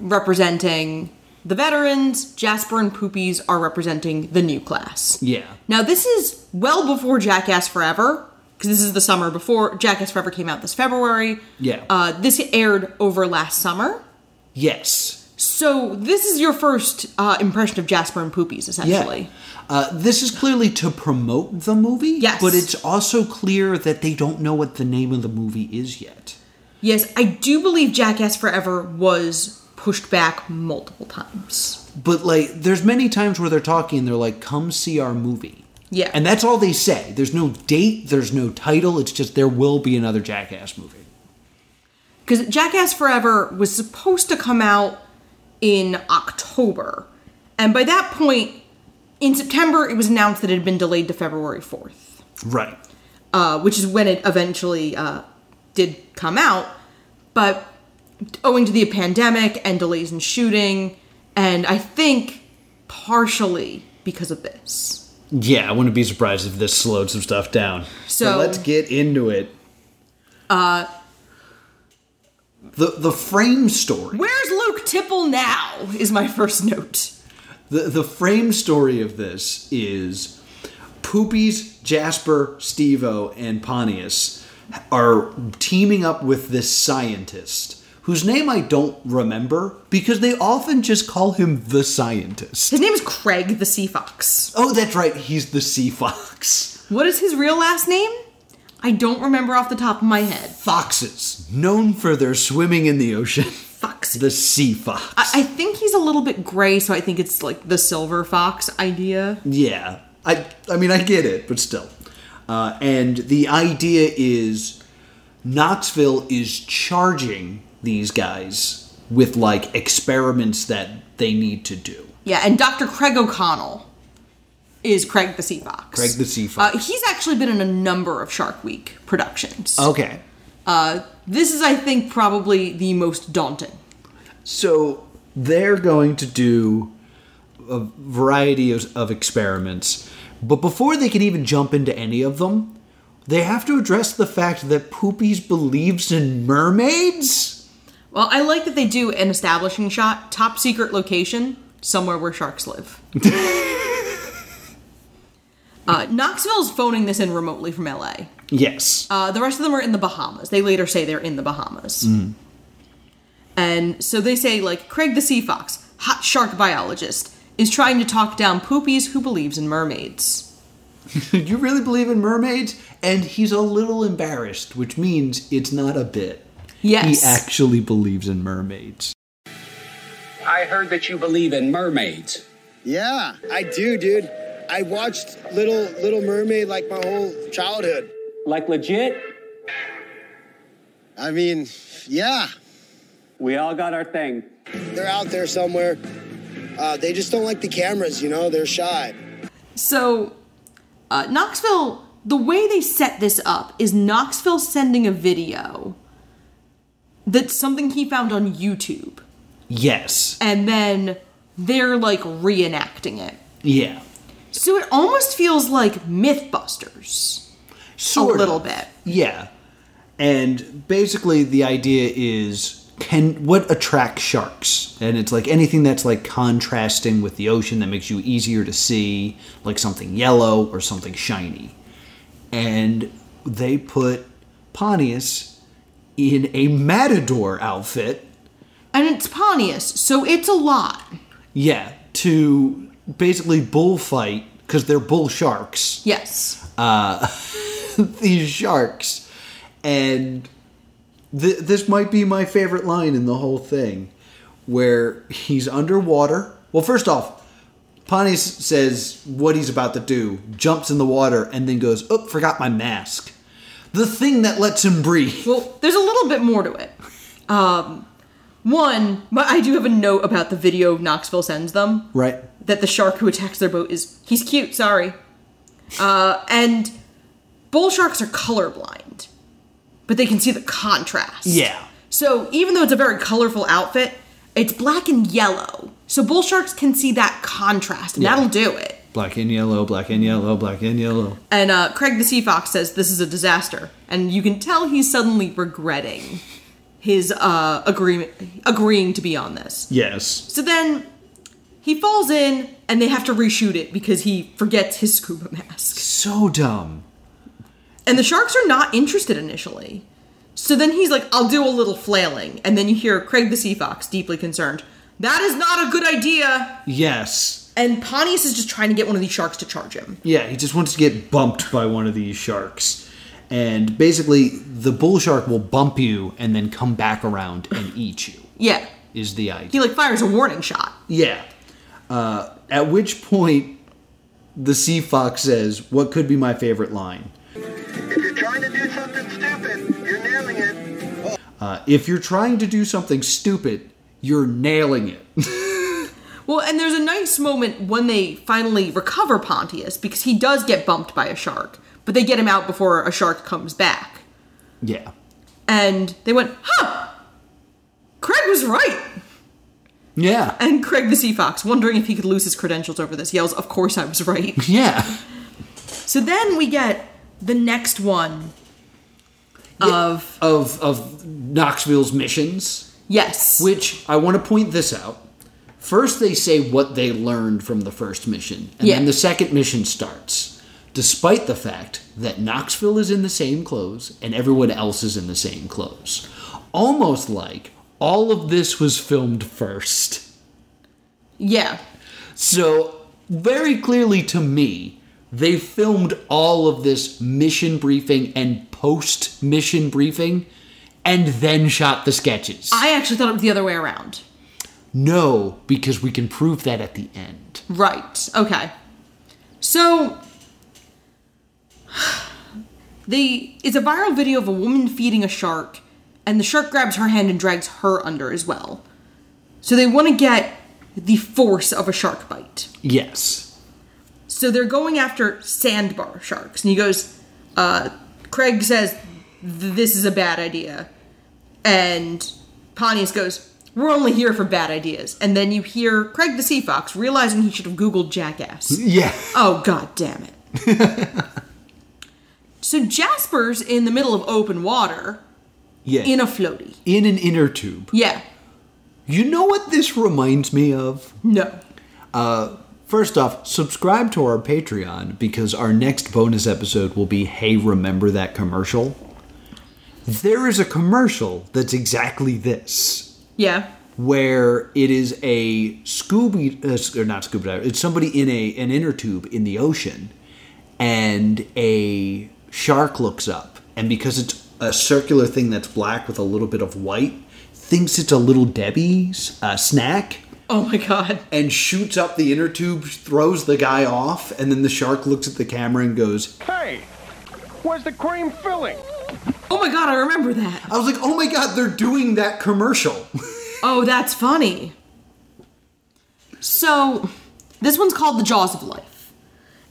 [SPEAKER 2] representing the veterans. Jasper and Poopies are representing the new class.
[SPEAKER 1] Yeah.
[SPEAKER 2] Now this is well before Jackass Forever because this is the summer before Jackass Forever came out this February.
[SPEAKER 1] Yeah.
[SPEAKER 2] Uh, this aired over last summer.
[SPEAKER 1] Yes.
[SPEAKER 2] So this is your first uh, impression of Jasper and Poopies, essentially.
[SPEAKER 1] Uh, this is clearly to promote the movie,
[SPEAKER 2] Yes.
[SPEAKER 1] but it's also clear that they don't know what the name of the movie is yet.
[SPEAKER 2] Yes, I do believe Jackass Forever was pushed back multiple times.
[SPEAKER 1] But like, there's many times where they're talking and they're like, "Come see our movie."
[SPEAKER 2] Yeah.
[SPEAKER 1] and that's all they say. There's no date. There's no title. It's just there will be another Jackass movie.
[SPEAKER 2] because Jackass Forever was supposed to come out in October, and by that point, in September, it was announced that it had been delayed to February fourth,
[SPEAKER 1] Right.
[SPEAKER 2] uh, which is when it eventually uh, did come out. But owing to the pandemic and delays in shooting, and I think partially because of this,
[SPEAKER 1] Yeah, I wouldn't be surprised if this slowed some stuff down.
[SPEAKER 2] So-
[SPEAKER 1] let's get into it. Uh, the the frame story.
[SPEAKER 2] where's Luke Tipple now? Is my first note.
[SPEAKER 1] The the frame story of this is Poopies, Jasper, Stevo, and Pontius are teaming up with this scientist whose name I don't remember because they often just call him the scientist.
[SPEAKER 2] His name is Craig the Sea Fox.
[SPEAKER 1] Oh, that's right, he's the sea fox.
[SPEAKER 2] What is his real last name? I don't remember off the top of my head.
[SPEAKER 1] Foxes, known for their swimming in the ocean.
[SPEAKER 2] Fox.
[SPEAKER 1] The sea fox.
[SPEAKER 2] I I think he's a little bit gray, so I think it's like the silver fox idea.
[SPEAKER 1] Yeah, I I mean I get it, but still. Uh, and the idea is Knoxville is charging these guys with like experiments that they need to do.
[SPEAKER 2] Yeah, and Dr. Craig O'Connell is Craig the Sea Fox.
[SPEAKER 1] Craig the Sea Fox.
[SPEAKER 2] Uh, he's actually been in a number of Shark Week productions.
[SPEAKER 1] Okay.
[SPEAKER 2] Uh, this is, I think, probably the most daunting.
[SPEAKER 1] So they're going to do a variety of, of experiments, but before they can even jump into any of them, they have to address the fact that Poopies believes in mermaids.
[SPEAKER 2] Well, I like that they do an establishing shot, top secret location, somewhere where
[SPEAKER 1] <laughs>
[SPEAKER 2] sharks live. uh, Knoxville's phoning this in remotely from LA.
[SPEAKER 1] Yes.
[SPEAKER 2] Uh, the rest of them are in the Bahamas. They later say they're in the Bahamas. And so they say, like, Craig the Sea Fox, hot shark biologist, is trying to talk down Poopies who believes in mermaids.
[SPEAKER 1] you really believe in mermaids? And he's a little embarrassed, which means it's not a bit.
[SPEAKER 2] Yes.
[SPEAKER 1] He actually believes in mermaids.
[SPEAKER 8] I heard that you believe in mermaids.
[SPEAKER 9] Yeah, I do, dude. I watched Little Little Mermaid like my whole childhood.
[SPEAKER 10] Like legit,
[SPEAKER 9] I mean, yeah,
[SPEAKER 10] we all got our thing.
[SPEAKER 9] they're out there somewhere. Uh, they just don't like the cameras, you know. They're shy.
[SPEAKER 2] So, uh, Knoxville, the way they set this up is Knoxville sending a video that's something he found on YouTube.
[SPEAKER 1] Yes.
[SPEAKER 2] And then they're like reenacting it.
[SPEAKER 1] Yeah.
[SPEAKER 2] So it almost feels like Mythbusters
[SPEAKER 1] Sort
[SPEAKER 2] a little
[SPEAKER 1] of.
[SPEAKER 2] bit.
[SPEAKER 1] Yeah. And basically the idea is can what attracts sharks? And it's like anything that's like contrasting with the ocean that makes you easier to see, like something yellow or something shiny. And they put Pontius in a matador outfit.
[SPEAKER 2] And it's Pontius, so it's a lot.
[SPEAKER 1] Yeah, to basically bullfight because they're bull sharks. <laughs>
[SPEAKER 2] Yes.
[SPEAKER 1] these sharks and th- this might be my favorite line in the whole thing where he's underwater well first off pontius says what he's about to do jumps in the water and then goes oh forgot my mask the thing that lets him breathe <laughs>
[SPEAKER 2] Well, there's a little bit more to it. Um, one, but I do have a note about the video Knoxville sends them.
[SPEAKER 1] right
[SPEAKER 2] that the shark who attacks their boat is he's cute sorry uh, and bull sharks are colorblind but they can see the contrast
[SPEAKER 1] Yeah.
[SPEAKER 2] so even though it's a very colorful outfit it's black and yellow so bull sharks can see that contrast and
[SPEAKER 1] Yeah.
[SPEAKER 2] that'll do it
[SPEAKER 1] black and yellow black and yellow black and yellow
[SPEAKER 2] and uh, craig the sea fox says this is a disaster and you can tell he's suddenly regretting his uh, agreement agreeing to be on this
[SPEAKER 1] yes
[SPEAKER 2] So then he falls in and they have to reshoot it because he forgets his scuba mask.
[SPEAKER 1] so dumb
[SPEAKER 2] And the sharks are not interested initially. So then he's like, I'll do a little flailing. And then you hear Craig the Sea Fox, deeply concerned, That is not a good idea.
[SPEAKER 1] yes
[SPEAKER 2] And Pontius is just trying to get one of these sharks to charge him.
[SPEAKER 1] Yeah, he just wants to get bumped by one of these sharks. And basically, the bull shark will bump you and then come back around and eat you,
[SPEAKER 2] Yeah.
[SPEAKER 1] is the
[SPEAKER 2] He
[SPEAKER 1] idea.
[SPEAKER 2] like fires a warning shot.
[SPEAKER 1] Yeah. Uh, at which point, the sea fox says, What could be my favorite line?
[SPEAKER 9] If you're trying to do something stupid, you're nailing it.
[SPEAKER 1] Uh, if you're trying to do something stupid, you're nailing it.
[SPEAKER 2] Well, and there's a nice moment when they finally recover Pontius because he does get bumped by a shark, but they get him out before a shark comes back.
[SPEAKER 1] yeah.
[SPEAKER 2] and they went, huh, Craig was right.
[SPEAKER 1] Yeah.
[SPEAKER 2] And Craig the Sea Fox, wondering if he could lose his credentials over this, yells, Of course I was right.
[SPEAKER 1] <laughs> Yeah.
[SPEAKER 2] so then we get the next one of,
[SPEAKER 1] Of, of Knoxville's missions.
[SPEAKER 2] yes.
[SPEAKER 1] Which I want to point this out. First, they say what they learned from the first mission, and
[SPEAKER 2] Yeah.
[SPEAKER 1] then the second mission starts, despite the fact that Knoxville is in the same clothes and everyone else is in the same clothes. Almost like all of this was filmed first.
[SPEAKER 2] yeah.
[SPEAKER 1] So, very clearly to me, they filmed all of this mission briefing and post mission briefing and then shot the sketches.
[SPEAKER 2] I actually thought it was the other way around.
[SPEAKER 1] No, because we can prove that at the end.
[SPEAKER 2] Right. Okay. So <sighs> the it's a viral video of a woman feeding a shark, and the shark grabs her hand and drags her under as well. So they want to get the force of a shark bite.
[SPEAKER 1] Yes.
[SPEAKER 2] So they're going after sandbar sharks. And he goes, uh, Craig says, This is a bad idea. And Pontius goes, We're only here for bad ideas. And then you hear Craig the Sea Fox realizing he should have Googled jackass.
[SPEAKER 1] Yeah.
[SPEAKER 2] Oh, god damn it. so Jasper's in the middle of open water
[SPEAKER 1] Yeah.
[SPEAKER 2] in a floaty.
[SPEAKER 1] in an inner tube.
[SPEAKER 2] Yeah.
[SPEAKER 1] You know what this reminds me of?
[SPEAKER 2] No.
[SPEAKER 1] Uh, first off, subscribe to our Patreon because our next bonus episode will be Hey, remember that commercial? There is a commercial that's exactly this.
[SPEAKER 2] Yeah.
[SPEAKER 1] where it is a Scooby uh, sc- or not Scooby diver. It's somebody in a an inner tube in the ocean, and a shark looks up, and because it's a circular thing that's black with a little bit of white, thinks it's a little Debbie's uh, snack.
[SPEAKER 2] Oh my god.
[SPEAKER 1] And shoots up the inner tube, throws the guy off, and then the shark looks at the camera and goes,
[SPEAKER 11] Hey, where's the cream filling?
[SPEAKER 2] Oh my god, I remember that.
[SPEAKER 1] I was like, oh my god, they're doing that commercial.
[SPEAKER 2] Oh, that's funny. So, this one's called The Jaws of Life.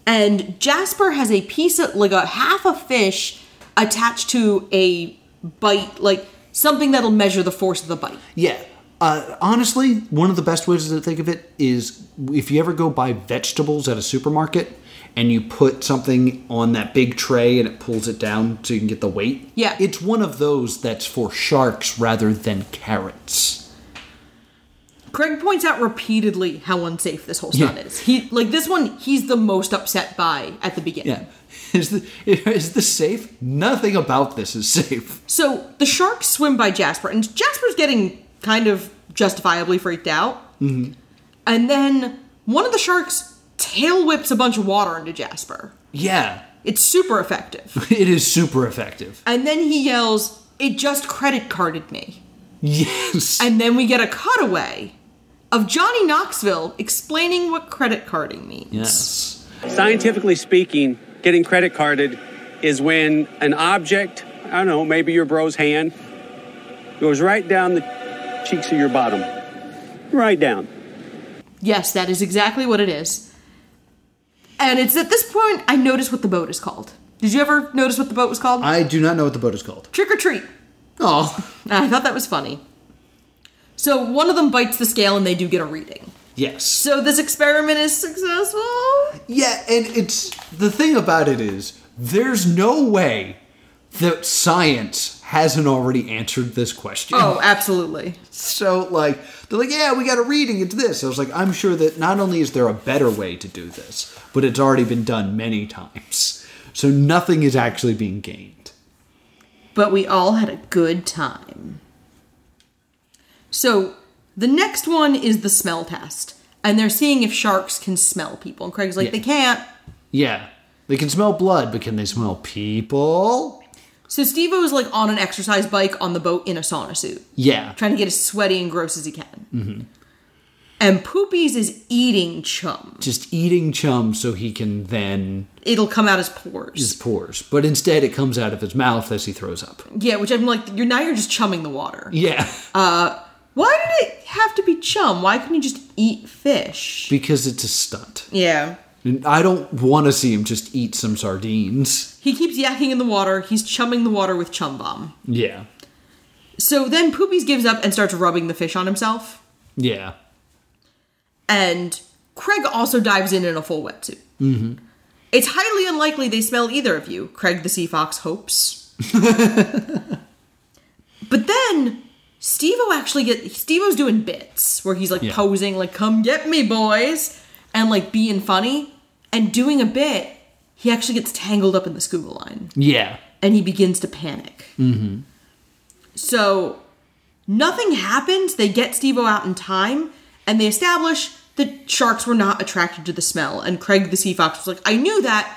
[SPEAKER 2] And Jasper has a piece of, like, a half a fish attached to a bite, like, something that'll measure the force of the bite.
[SPEAKER 1] Yeah. Uh, honestly, one of the best ways to think of it is if you ever go buy vegetables at a supermarket and you put something on that big tray and it pulls it down so you can get the weight.
[SPEAKER 2] Yeah.
[SPEAKER 1] It's one of those that's for sharks rather than carrots.
[SPEAKER 2] Craig points out repeatedly how unsafe this whole stunt
[SPEAKER 1] Yeah.
[SPEAKER 2] is. He, like, this one, he's the most upset by at the beginning.
[SPEAKER 1] Yeah. <laughs> Is, the, is this safe? Nothing about this is safe.
[SPEAKER 2] So the sharks swim by Jasper, and Jasper's getting kind of justifiably freaked out.
[SPEAKER 1] Mm-hmm.
[SPEAKER 2] And then one of the sharks tail whips a bunch of water into Jasper.
[SPEAKER 1] Yeah.
[SPEAKER 2] It's super effective.
[SPEAKER 1] <laughs> It is super effective.
[SPEAKER 2] And then he yells, It just credit carded me.
[SPEAKER 1] Yes.
[SPEAKER 2] And then we get a cutaway of Johnny Knoxville explaining what credit carding means.
[SPEAKER 10] Yes. Scientifically speaking, getting credit carded is when an object, I don't know, maybe your bro's hand, goes right down the cheeks of your bottom. Right down.
[SPEAKER 2] Yes, that is exactly what it is. And it's at this point I noticed what the boat is called. Did you ever notice what the boat was called?
[SPEAKER 1] I do not know what the boat is called.
[SPEAKER 2] Trick or treat.
[SPEAKER 1] Oh.
[SPEAKER 2] I thought that was funny. So one of them bites the scale and they do get a reading.
[SPEAKER 1] <laughs> Yes.
[SPEAKER 2] So this experiment is successful?
[SPEAKER 1] Yeah, and it's the thing about it is there's no way that science hasn't already answered this question.
[SPEAKER 2] Oh, absolutely.
[SPEAKER 1] So like they're like, yeah, we got a reading. It's this. I was like, I'm sure that not only is there a better way to do this, but it's already been done many times. So nothing is actually being gained.
[SPEAKER 2] But we all had a good time. So the next one is the smell test. And they're seeing if sharks can smell people. And Craig's like,
[SPEAKER 1] Yeah.
[SPEAKER 2] they can't.
[SPEAKER 1] Yeah, they can smell blood, but can they smell people?
[SPEAKER 2] So Steve is like on an exercise bike on the boat in a sauna suit,
[SPEAKER 1] Yeah.
[SPEAKER 2] trying to get as sweaty and gross as he can.
[SPEAKER 1] hmm
[SPEAKER 2] And Poopies is eating chum.
[SPEAKER 1] Just eating chum so he can then
[SPEAKER 2] It'll come out as pores.
[SPEAKER 1] his pores, but instead it comes out of his mouth as he throws up.
[SPEAKER 2] Yeah, which I'm like, you're now you're just chumming the water.
[SPEAKER 1] Yeah. <laughs>
[SPEAKER 2] Uh, why did it have to be chum? Why couldn't you just eat fish?
[SPEAKER 1] Because it's a stunt.
[SPEAKER 2] Yeah.
[SPEAKER 1] And I don't want to see him just eat some sardines.
[SPEAKER 2] He keeps yakking in the water. He's chumming the water with chum bomb.
[SPEAKER 1] Yeah.
[SPEAKER 2] So then Poopies gives up and starts rubbing the fish on himself.
[SPEAKER 1] Yeah.
[SPEAKER 2] And Craig also dives in in a full wetsuit.
[SPEAKER 1] Mm-hmm.
[SPEAKER 2] It's highly unlikely they smell either of you, Craig the Sea Fox hopes. but then Steve-O actually get Steve-O's doing bits where he's like
[SPEAKER 12] Yeah.
[SPEAKER 2] posing like come get me boys and like being funny and doing a bit, he actually gets tangled up in the scuba line
[SPEAKER 1] Yeah.
[SPEAKER 2] and he begins to panic.
[SPEAKER 1] Mm-hmm.
[SPEAKER 2] So nothing happens. They get Steve-O out in time and they establish that sharks were not attracted to the smell and Craig the Sea Fox was like, "I knew that,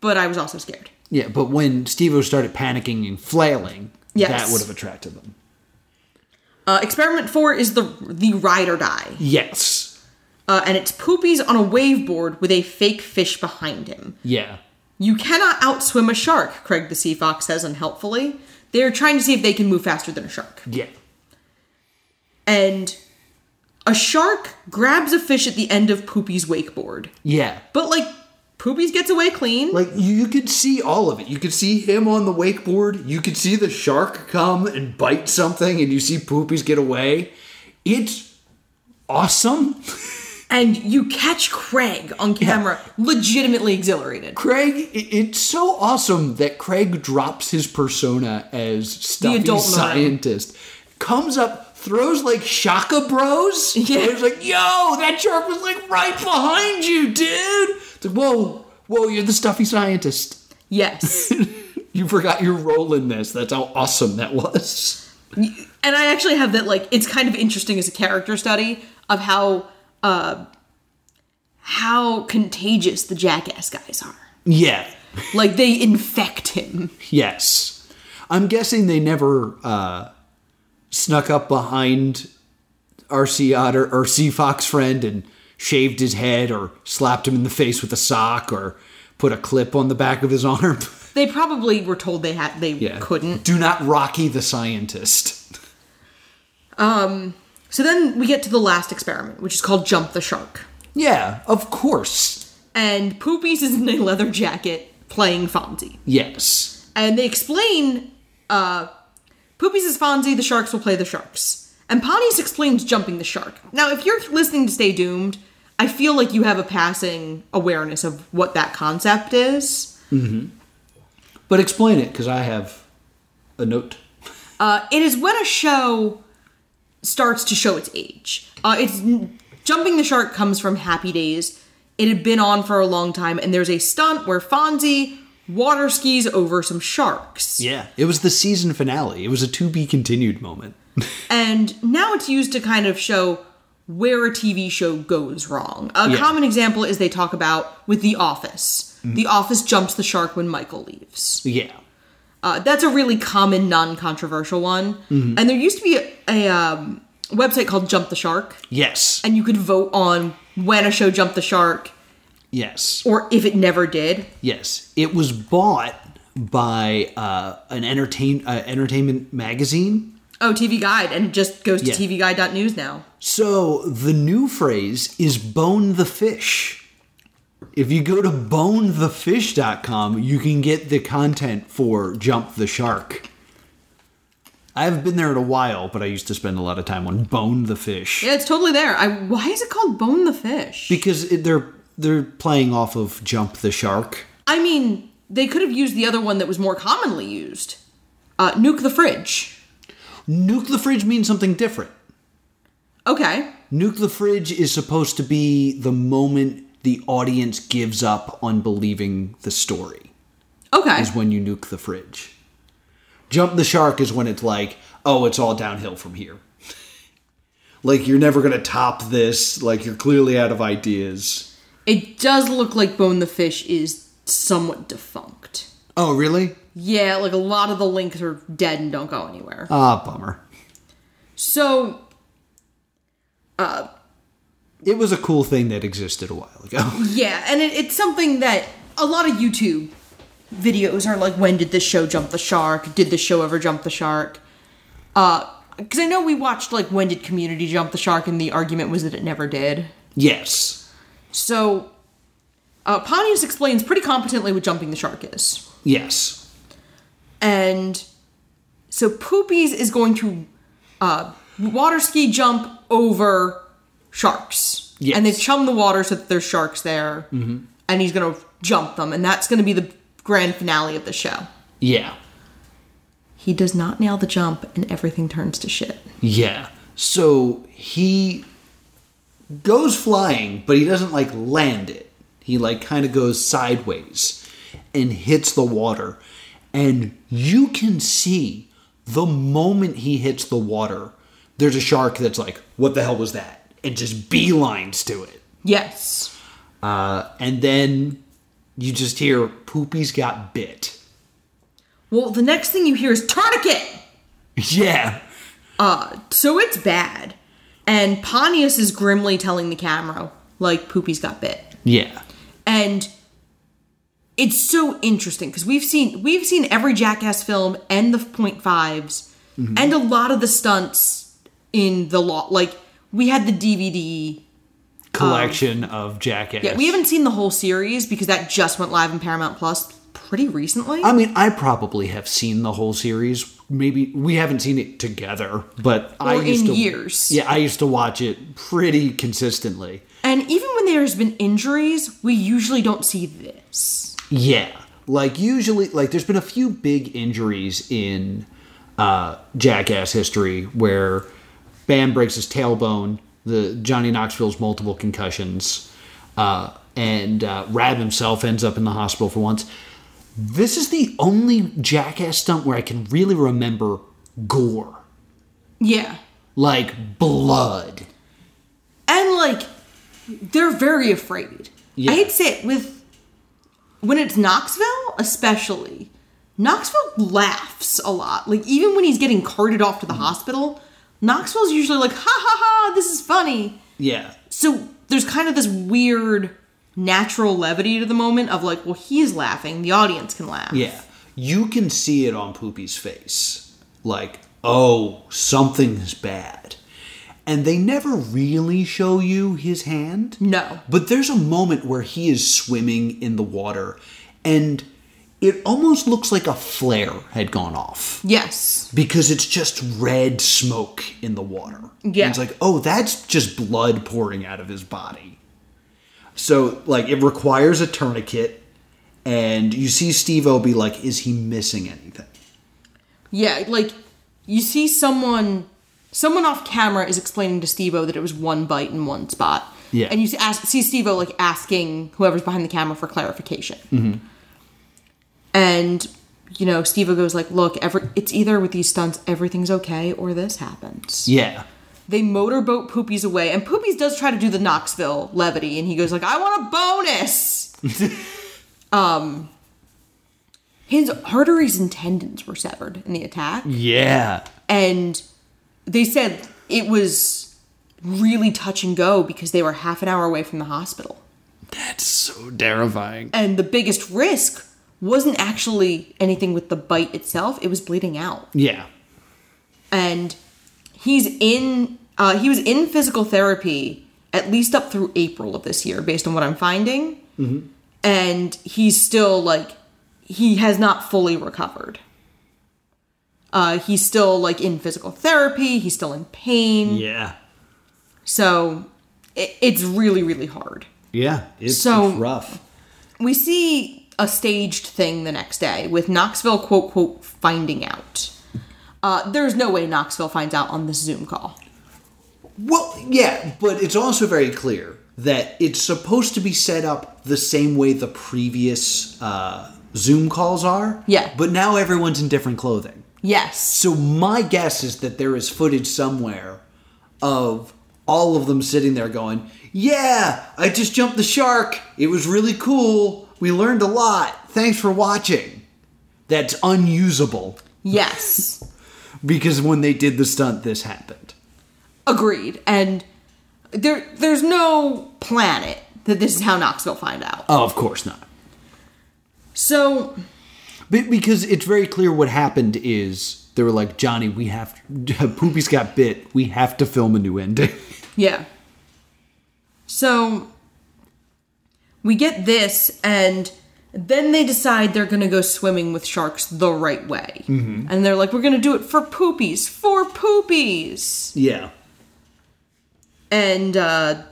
[SPEAKER 2] but I was also scared."
[SPEAKER 1] Yeah, but when Steve-O started panicking and flailing,
[SPEAKER 2] Yes.
[SPEAKER 1] that would have attracted them.
[SPEAKER 2] Uh, experiment four is the the ride or die,
[SPEAKER 1] Yes.
[SPEAKER 2] uh, and it's Poopies on a waveboard with a fake fish behind him.
[SPEAKER 1] Yeah.
[SPEAKER 2] You cannot outswim a shark, Craig the Sea Fox says unhelpfully. They are trying to see if they can move faster than a shark,
[SPEAKER 1] Yeah.
[SPEAKER 2] and a shark grabs a fish at the end of Poopy's wakeboard,
[SPEAKER 1] Yeah.
[SPEAKER 2] but like Poopies gets away clean.
[SPEAKER 1] Like you could see all of it. You could see him on the wakeboard. You could see the shark come and bite something, and you see Poopies get away. It's awesome.
[SPEAKER 2] And you catch Craig on camera, legitimately exhilarated.
[SPEAKER 1] Craig, i- it's so awesome that Craig drops his persona as stuffy
[SPEAKER 2] adult Lorraine.
[SPEAKER 1] scientist, comes up, throws like Shaka Bros.
[SPEAKER 2] <laughs> Yeah.
[SPEAKER 1] He's like, "Yo, that shark was like right behind you, dude." It's like, "Whoa, whoa, you're the stuffy scientist." <laughs>
[SPEAKER 2] Yes.
[SPEAKER 1] You forgot your role in this. That's how awesome that was.
[SPEAKER 2] and I actually have that like it's kind of interesting as a character study of how uh how contagious the jackass guys are.
[SPEAKER 1] Yeah.
[SPEAKER 2] Like they infect him.
[SPEAKER 1] Yes. I'm guessing they never uh, snuck up behind RC Otter or C Fox friend and shaved his head or slapped him in the face with a sock or put a clip on the back of his <laughs> arm.
[SPEAKER 2] They probably were told they had they
[SPEAKER 1] Yeah.
[SPEAKER 2] couldn't.
[SPEAKER 1] Do not Rocky the scientist.
[SPEAKER 2] Um so then we get to the last experiment, which is called Jump the Shark.
[SPEAKER 1] Yeah, of course.
[SPEAKER 2] And Poopies is in a leather jacket playing Fonzie.
[SPEAKER 1] Yes.
[SPEAKER 2] And they explain uh Poopies is Fonzie, the sharks will play the sharks. And Pontius explains jumping the shark. Now, if you're listening to Stay Doomed, I feel like you have a passing awareness of what that concept is.
[SPEAKER 1] hmm But explain it because I have a note.
[SPEAKER 2] Uh, it is when a show starts to show its age. Uh, it's jumping the shark comes from Happy Days. It had been on for a long time, and there's a stunt where Fonzie water skis over some sharks.
[SPEAKER 1] Yeah. It was the season finale. It was a to be continued moment. <laughs>
[SPEAKER 2] And now it's used to kind of show where a TV show goes wrong. A
[SPEAKER 1] Yeah.
[SPEAKER 2] common example is they talk about with The Office.
[SPEAKER 1] Mhm.
[SPEAKER 2] The Office jumps the shark when Michael leaves.
[SPEAKER 1] Yeah.
[SPEAKER 2] Uh, that's a really common, non controversial one.
[SPEAKER 1] Mhm.
[SPEAKER 2] And there used to be a, a, um, website called Jump the Shark,
[SPEAKER 1] Yes.
[SPEAKER 2] and you could vote on when a show jumped the shark
[SPEAKER 1] Yes.
[SPEAKER 2] or if it never did.
[SPEAKER 1] Yes, it was bought by uh, an entertain uh, entertainment magazine.
[SPEAKER 2] Oh, TV Guide, and it just goes to
[SPEAKER 1] Yeah.
[SPEAKER 2] tvguide.news now.
[SPEAKER 1] So the new phrase is "bone the fish." If you go to bonethefish.com, you can get the content for Jump the Shark. I haven't been there in a while, but I used to spend a lot of time on Bone the Fish
[SPEAKER 2] Yeah, it's totally there. I, why is it called Bone the Fish?
[SPEAKER 1] because it, they're they're playing off of Jump the Shark.
[SPEAKER 2] I mean, they could have used the other one that was more commonly used. Uh, nuke the fridge.
[SPEAKER 1] Nuke the fridge means something different.
[SPEAKER 2] Okay.
[SPEAKER 1] Nuke the Fridge is supposed to be the moment the audience gives up on believing the story.
[SPEAKER 2] Okay.
[SPEAKER 1] Is when you nuke the fridge. Jump the Shark is when it's like, oh, it's all downhill from here. <laughs> like, you're never going to top this. Like, you're clearly out of ideas.
[SPEAKER 2] It does look like Bone the Fish is somewhat defunct.
[SPEAKER 1] Oh, really?
[SPEAKER 2] Yeah, like a lot of the links are dead and don't go anywhere.
[SPEAKER 1] Ah, bummer.
[SPEAKER 2] so, uh,
[SPEAKER 1] It was a cool thing that existed a while ago. <laughs>
[SPEAKER 2] yeah, and it, it's something that a lot of YouTube videos are like, when did this show jump the shark? Did this show ever jump the shark? Because I know we watched, like, when did Community jump the shark, and the argument was that it never did.
[SPEAKER 1] yes.
[SPEAKER 2] So, uh, Pontius explains pretty competently what jumping the shark is.
[SPEAKER 1] Yes.
[SPEAKER 2] And so Poopies is going to uh, water ski jump over sharks.
[SPEAKER 1] Yes.
[SPEAKER 2] And they've chummed the water so that there's sharks there.
[SPEAKER 1] hmm
[SPEAKER 2] And he's going to jump them. And that's going to be the grand finale of the show.
[SPEAKER 1] Yeah.
[SPEAKER 2] He does not nail the jump, and everything turns to shit.
[SPEAKER 1] Yeah. So he goes flying, but he doesn't like land it. He like kind of goes sideways and hits the water. And you can see the moment he hits the water, there's a shark that's like, what the hell was that? And just beelines to it.
[SPEAKER 2] Yes.
[SPEAKER 1] Uh, and then you just hear Poopy's got bit.
[SPEAKER 2] Well, the next thing you hear is tourniquet!
[SPEAKER 1] yeah.
[SPEAKER 2] Uh, so it's bad. And Pontius is grimly telling the camera, like, Poopy's got bit.
[SPEAKER 1] Yeah.
[SPEAKER 2] And it's so interesting because we've seen we've seen every Jackass film and the point fives
[SPEAKER 12] Mhm.
[SPEAKER 2] and a lot of the stunts in the law. Like we had the DVD
[SPEAKER 1] collection of Jackass.
[SPEAKER 2] Yeah, we haven't seen the whole series because that just went live in Paramount Plus pretty recently.
[SPEAKER 1] I mean, I probably have seen the whole series. Maybe we haven't seen it together, but I
[SPEAKER 2] Or in
[SPEAKER 1] used to
[SPEAKER 2] years.
[SPEAKER 1] Yeah, I used to watch it pretty consistently.
[SPEAKER 2] and even when there's been injuries, we usually don't see this.
[SPEAKER 1] Yeah. Like usually like there's been a few big injuries in uh Jackass history where Bam breaks his tailbone, the Johnny Knoxville's multiple concussions, uh and uh, Rab himself ends up in the hospital for once. This is the only Jackass stunt where I can really remember gore,
[SPEAKER 2] Yeah.
[SPEAKER 1] like blood.
[SPEAKER 2] And like they're very afraid.
[SPEAKER 1] Yeah.
[SPEAKER 2] I hate to say it with when it's Knoxville, especially. Knoxville laughs a lot. Like even when he's getting carted off
[SPEAKER 1] Mm.
[SPEAKER 2] to the hospital, Knoxville's usually like, ha ha ha, this is funny.
[SPEAKER 1] Yeah.
[SPEAKER 2] So there's kind of this weird natural levity to the moment of like, well, he's laughing, the audience can laugh.
[SPEAKER 1] Yeah. You can see it on Poopy's face. Like, oh, something's bad. And they never really show you his hand.
[SPEAKER 2] No.
[SPEAKER 1] But there's a moment where he is swimming in the water and it almost looks like a flare had gone off
[SPEAKER 2] Yes.
[SPEAKER 1] because it's just red smoke in the water. And
[SPEAKER 2] Yeah.
[SPEAKER 1] it's like, oh, that's just blood pouring out of his body. So, like, it requires a tourniquet, and you see Steve O be like, is he missing anything?
[SPEAKER 2] Yeah, like you see someone someone off camera is explaining to Steve-O that it was one bite in one spot.
[SPEAKER 1] Yeah.
[SPEAKER 2] And you see, ask, see Steve-O like asking whoever's behind the camera for clarification.
[SPEAKER 1] Mm-hmm.
[SPEAKER 2] And you know, Steve-O goes like, "Look, every, it's either with these stunts everything's okay or this happens."
[SPEAKER 1] Yeah.
[SPEAKER 2] They motorboat Poopies away, and Poopies does try to do the Knoxville levity, and he goes like, "I want a bonus."
[SPEAKER 1] <laughs>
[SPEAKER 2] um, his arteries and tendons were severed in the attack,
[SPEAKER 1] Yeah.
[SPEAKER 2] and they said it was really touch and go because they were half an hour away from the hospital.
[SPEAKER 1] That's so terrifying.
[SPEAKER 2] And the biggest risk wasn't actually anything with the bite itself; it was bleeding out.
[SPEAKER 1] Yeah.
[SPEAKER 2] and he's in uh, he was in physical therapy at least up through april of this year based on what i'm finding
[SPEAKER 1] Mm-hmm.
[SPEAKER 2] and he's still like he has not fully recovered uh, he's still like in physical therapy he's still in pain
[SPEAKER 1] Yeah.
[SPEAKER 2] so it, it's really really hard
[SPEAKER 1] Yeah. It's,
[SPEAKER 2] So-
[SPEAKER 1] it's rough.
[SPEAKER 2] we see a staged thing the next day with knoxville quote quote finding out uh, there's no way knoxville finds out on this zoom call
[SPEAKER 1] Well, yeah, but it's also very clear that it's supposed to be set up the same way the previous uh, Zoom calls are.
[SPEAKER 2] Yeah.
[SPEAKER 1] But now everyone's in different clothing.
[SPEAKER 2] yes
[SPEAKER 1] So my guess is that there is footage somewhere of all of them sitting there going, "Yeah, I just jumped the shark. It was really cool. We learned a lot. Thanks for watching." That's unusable
[SPEAKER 2] Yes.
[SPEAKER 1] because when they did the stunt this happened.
[SPEAKER 2] Agreed. And there there's no planet that this is how Knoxville find out.
[SPEAKER 1] Oh, of course not.
[SPEAKER 2] So
[SPEAKER 1] But because it's very clear what happened is they were like, "Johnny, we have <laughs> Poopy's got bit. We have to film a new
[SPEAKER 2] <laughs>
[SPEAKER 1] ending."
[SPEAKER 2] yeah. So we get this and then they decide they're gonna go swimming with sharks the right way.
[SPEAKER 1] Mhm.
[SPEAKER 2] And they're like, we're gonna do it for poopies, for poopies.
[SPEAKER 1] Yeah.
[SPEAKER 2] And uh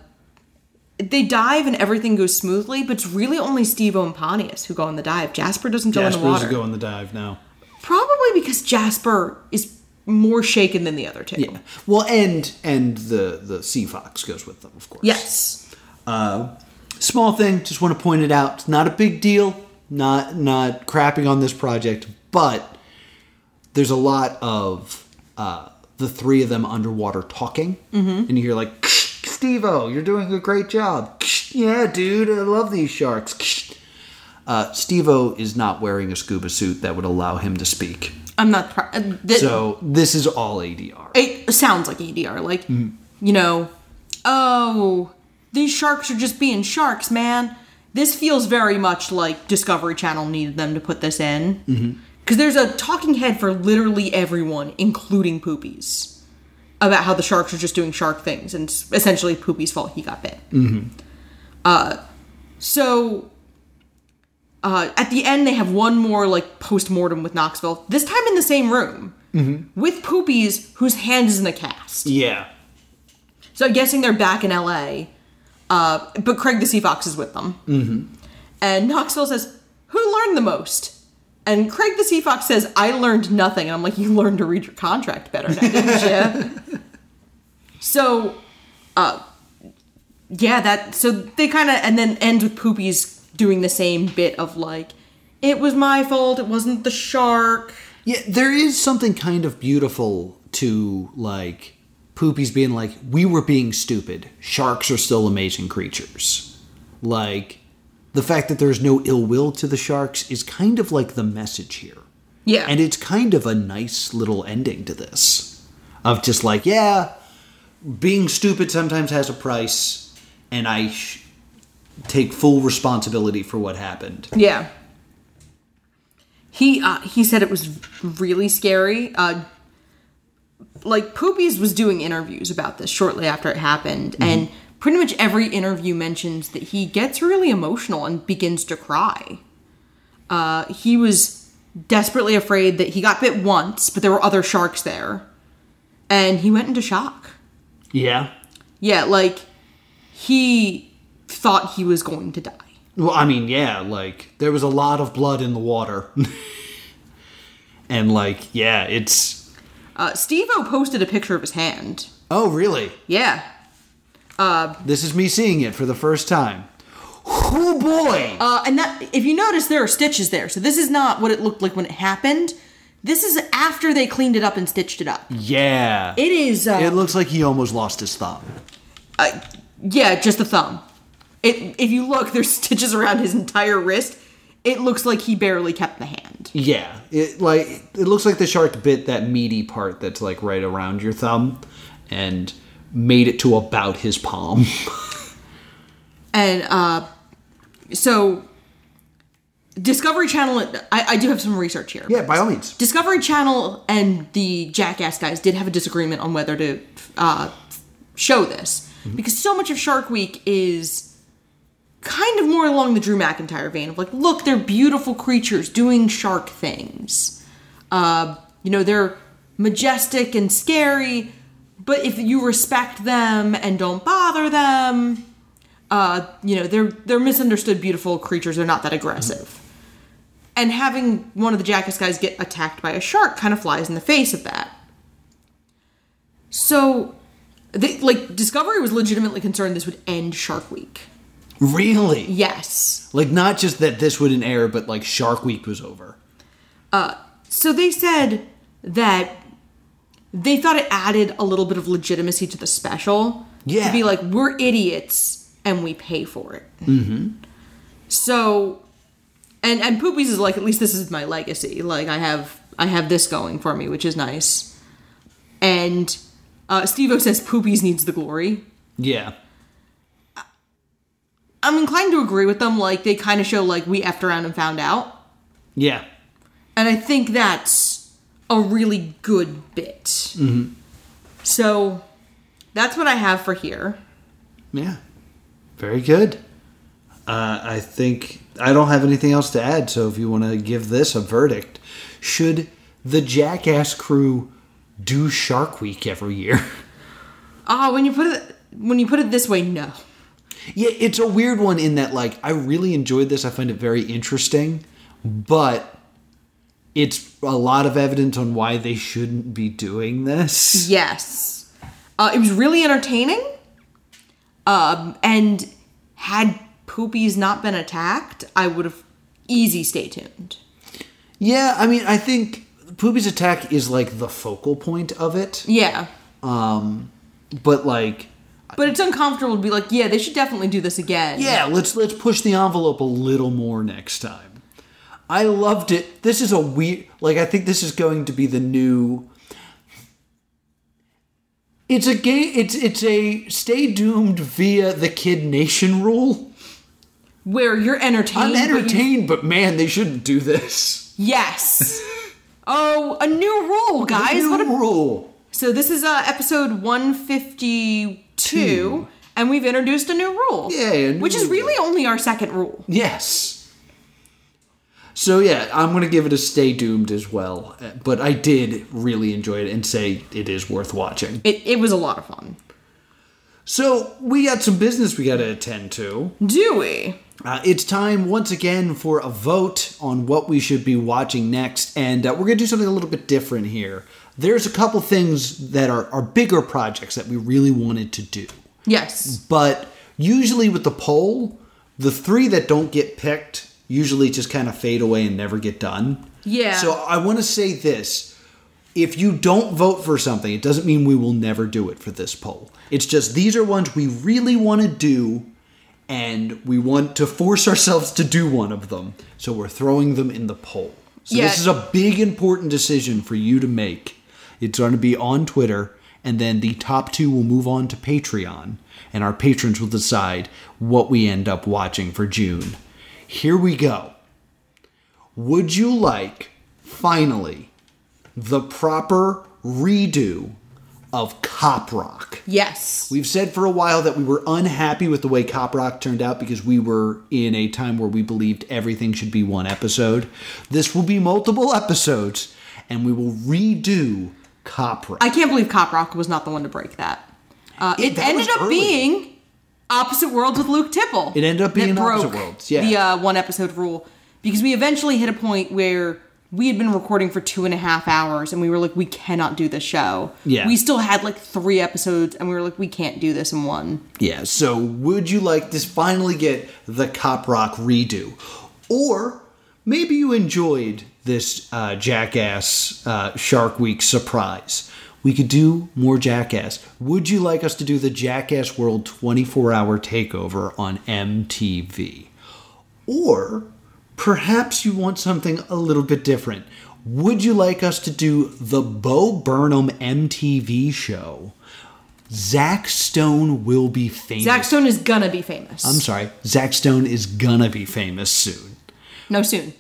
[SPEAKER 2] they dive and everything goes smoothly, but it's really only Steve and Pontius who go on the dive. Jasper doesn't go in the water.
[SPEAKER 1] in the dive now.
[SPEAKER 2] Probably because Jasper is more shaken than the other two.
[SPEAKER 1] Yeah. Well, and and the the sea fox goes with them, of course.
[SPEAKER 2] Yes.
[SPEAKER 1] Uh, small thing, just want to point it out. It's not a big deal. Not not crapping on this project, but there's a lot of uh, the three of them underwater talking,
[SPEAKER 12] Mhm.
[SPEAKER 1] and you hear like, "Stevo, you're doing a great job." Yeah, dude, I love these sharks. Uh, Stevo is not wearing a scuba suit that would allow him to speak,
[SPEAKER 2] I'm not. Pro- uh, th-
[SPEAKER 1] so this is all ADR.
[SPEAKER 2] it sounds like ADR. Like
[SPEAKER 1] Mm.
[SPEAKER 2] you know, oh, these sharks are just being sharks, man. This feels very much like Discovery Channel needed them to put this in because there's a talking head for literally everyone, including poopies. about how the sharks are just doing shark things and it's essentially Poopy's fault he got bit.
[SPEAKER 1] Mm-hmm.
[SPEAKER 2] Uh, so uh, at the end, they have one more like post mortem with Knoxville. This time in the same room
[SPEAKER 1] Mm-hmm.
[SPEAKER 2] with Poopies, whose hand is in the cast.
[SPEAKER 1] Yeah.
[SPEAKER 2] So I'm guessing they're back in L.A. Uh, but Craig the Sea Fox is with them,
[SPEAKER 1] Mm-hmm.
[SPEAKER 2] and Knoxville says, "Who learned the most?" And Craig the Sea Fox says, "I learned nothing." And I'm like, "You learned to read your contract better now, didn't
[SPEAKER 1] <laughs>
[SPEAKER 2] you?" so, uh, yeah, that. So they kind of and then ends with Poopies doing the same bit of like, "It was my fault. It wasn't the shark."
[SPEAKER 1] Yeah, there is something kind of beautiful to like Poopy's being like, we were being stupid. Sharks are still amazing creatures. Like, the fact that there's no ill will to the sharks is kind of like the message here.
[SPEAKER 2] Yeah.
[SPEAKER 1] And it's kind of a nice little ending to this of just like, yeah, being stupid sometimes has a price, and I sh- take full responsibility for what happened.
[SPEAKER 2] Yeah. He uh, he said it was really scary. Uh, like Poopies was doing interviews about this shortly after it happened, and pretty much every interview mentions that he gets really emotional and begins to cry. Uh, he was desperately afraid that he got bit once, but there were other sharks there, and he went into shock.
[SPEAKER 1] Yeah.
[SPEAKER 2] Yeah, like he thought he was going to die.
[SPEAKER 1] Well, I mean, yeah, like there was a lot of blood in the water. <laughs> and like, yeah, it's
[SPEAKER 2] Uh, Steve O posted a picture of his hand.
[SPEAKER 1] Oh, really?
[SPEAKER 2] Yeah. Uh,
[SPEAKER 1] This is me seeing it for the first time. oh boy!
[SPEAKER 2] Uh, and that, if you notice, there are stitches there. So this is not what it looked like when it happened. This is after they cleaned it up and stitched it up.
[SPEAKER 1] Yeah.
[SPEAKER 2] It is, uh,
[SPEAKER 1] Mm. it looks like he almost lost his thumb.
[SPEAKER 2] Yeah, just the thumb. It, if you look, there's <laughs> stitches around his entire wrist. It looks like he barely kept the hand.
[SPEAKER 1] Yeah. It like it looks like the shark bit that meaty part that's like right around your thumb and made it to about his palm. <laughs>
[SPEAKER 2] And uh, so, Discovery Channel. I, I do have some research here.
[SPEAKER 1] yeah, by all means.
[SPEAKER 2] Discovery Channel and the Jackass guys did have a disagreement on whether to uh, show this
[SPEAKER 12] Mhm.
[SPEAKER 2] because so much of Shark Week is kind of more along the Drew McIntyre vein of like, look, they're beautiful creatures doing shark things. Uh, you know, they're majestic and scary, but if you respect them and don't bother them, uh, you know, they're they're misunderstood, beautiful creatures. They're not that aggressive and having one of the jackass guys get attacked by a shark kind of flies in the face of that. So, they, like, Discovery was legitimately concerned this would end Shark Week.
[SPEAKER 1] Really?
[SPEAKER 2] Yes.
[SPEAKER 1] Like not just that this wouldn't air, but like Shark Week was over.
[SPEAKER 2] Uh, so they said that they thought it added a little bit of legitimacy to the special.
[SPEAKER 1] Yeah.
[SPEAKER 2] To be like, we're idiots and we pay for it.
[SPEAKER 1] Mm-hmm.
[SPEAKER 2] So, and and Poopies is like, at least this is my legacy. Like I have I have this going for me, which is nice. And uh, Stevo says Poopies needs the glory.
[SPEAKER 1] Yeah.
[SPEAKER 2] I'm inclined to agree with them. Like they kind of show like we effed around and found out,
[SPEAKER 1] Yeah.
[SPEAKER 2] and I think that's a really good bit.
[SPEAKER 1] Mm-hmm.
[SPEAKER 2] So that's what I have for here.
[SPEAKER 1] Yeah. Very good. Uh, I think I don't have anything else to add. So if you want to give this a verdict, should the Jackass crew do Shark Week every year? <laughs>
[SPEAKER 2] Ah, when you put it when you put it this way, no.
[SPEAKER 1] yeah, it's a weird one in that like I really enjoyed this. I find it very interesting, but it's a lot of evidence on why they shouldn't be doing this.
[SPEAKER 2] Yes. Uh, it was really entertaining. Um, and had Poopies not been attacked, I would have easy stay tuned.
[SPEAKER 1] Yeah, I mean, I think Poopy's attack is like the focal point of it.
[SPEAKER 2] Yeah.
[SPEAKER 1] Um, but like,
[SPEAKER 2] But it's uncomfortable to be like, yeah, they should definitely do this again.
[SPEAKER 1] yeah, let's let's push the envelope a little more next time. I loved it. This is a weird. Like, I think this is going to be the new. It's a game. It's it's a stay doomed via the Kid Nation rule.
[SPEAKER 2] Where you're entertained.
[SPEAKER 1] I'm
[SPEAKER 2] but you-
[SPEAKER 1] entertained, but man, they shouldn't do this. <laughs>
[SPEAKER 2] Yes. oh, a new rule, guys.
[SPEAKER 1] New
[SPEAKER 2] what a
[SPEAKER 1] rule.
[SPEAKER 2] So this is uh, episode 152, and we've introduced a new rule.
[SPEAKER 1] Yeah, Hmm. a new
[SPEAKER 2] which is really only our second rule.
[SPEAKER 1] Yes. So yeah, I'm gonna give it a stay doomed as well, uh, but I did really enjoy it and say it is worth watching.
[SPEAKER 2] It it was a lot of fun.
[SPEAKER 1] So we got some business we gotta attend to.
[SPEAKER 2] Do we?
[SPEAKER 1] Uh, it's time once again for a vote on what we should be watching next, and uh, we're gonna do something a little bit different here. There's a couple things that are, are bigger projects that we really wanted to do.
[SPEAKER 2] Yes.
[SPEAKER 1] But usually with the poll, the three that don't get picked usually just kind of fade away and never get done.
[SPEAKER 2] Yeah.
[SPEAKER 1] So I want to say this. If you don't vote for something, it doesn't mean we will never do it for this poll. It's just these are ones we really want to do and we want to force ourselves to do one of them. So we're throwing them in the poll. So
[SPEAKER 2] Yeah.
[SPEAKER 1] this is a big important decision for you to make. It's going to be on Twitter and then the top 2 will move on to Patreon and our patrons will decide what we end up watching for June. Here we go. Would you like finally the proper redo of Cop Rock?
[SPEAKER 2] Yes.
[SPEAKER 1] We've said for a while that we were unhappy with the way Cop Rock turned out because we were in a time where we believed everything should be one episode. This will be multiple episodes, and we will redo Cop Rock.
[SPEAKER 2] I can't believe Cop Rock was not the one to break that. Uh, it
[SPEAKER 1] that
[SPEAKER 2] ended
[SPEAKER 1] was
[SPEAKER 2] up
[SPEAKER 1] early.
[SPEAKER 2] being Opposite Worlds with Luke Tipple.
[SPEAKER 1] It ended up
[SPEAKER 2] that
[SPEAKER 1] being
[SPEAKER 2] broke
[SPEAKER 1] Opposite Worlds, yeah.
[SPEAKER 2] The uh, one episode rule. Because we eventually hit a point where we had been recording for two and a half hours and we were like, we cannot do this show.
[SPEAKER 1] Yeah.
[SPEAKER 2] We still had like three episodes and we were like, we can't do this in one.
[SPEAKER 1] Yeah, so would you like to finally get the Cop Rock redo? Or maybe you enjoyed this uh, Jackass uh, Shark Week surprise. We could do more Jackass. Would you like us to do the Jackass World 24 hour takeover on MTV? Or perhaps you want something a little bit different. Would you like us to do the Bo Burnham MTV show? Zack Stone will be famous.
[SPEAKER 2] Zack Stone is gonna be famous.
[SPEAKER 1] I'm sorry. Zack Stone is gonna be famous soon.
[SPEAKER 2] No, soon.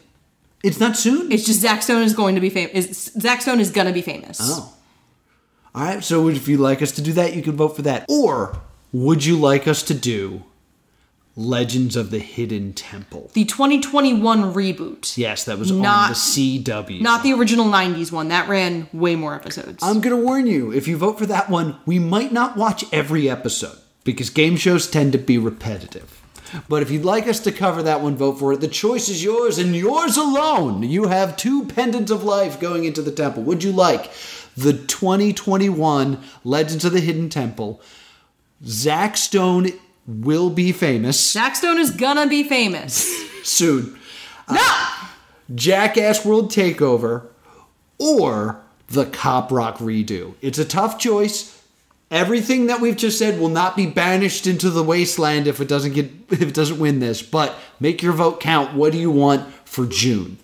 [SPEAKER 1] It's not soon?
[SPEAKER 2] It's just Zack Stone is going to be famous. Zack Stone is gonna be famous.
[SPEAKER 1] Oh. All right, so if you'd like us to do that, you can vote for that. Or would you like us to do Legends of the Hidden Temple?
[SPEAKER 2] The 2021 reboot.
[SPEAKER 1] Yes, that was
[SPEAKER 2] Not-
[SPEAKER 1] on the CW.
[SPEAKER 2] Not the original 90s one. That ran way more episodes.
[SPEAKER 1] I'm going to warn you if you vote for that one, we might not watch every episode because game shows tend to be repetitive. But if you'd like us to cover that one, vote for it. The choice is yours and yours alone. You have two pendants of life going into the temple. Would you like the 2021 Legends of the Hidden Temple? Zack Stone will be famous
[SPEAKER 2] Zack Stone is gonna be
[SPEAKER 1] <laughs>
[SPEAKER 2] famous.
[SPEAKER 1] soon. No! Jackass World Takeover or the Cop Rock redo. It's a tough choice. Everything that we've just said will not be banished into the wasteland if it doesn't get <laughs> if it doesn't win this, but make your vote count. What do you want for June?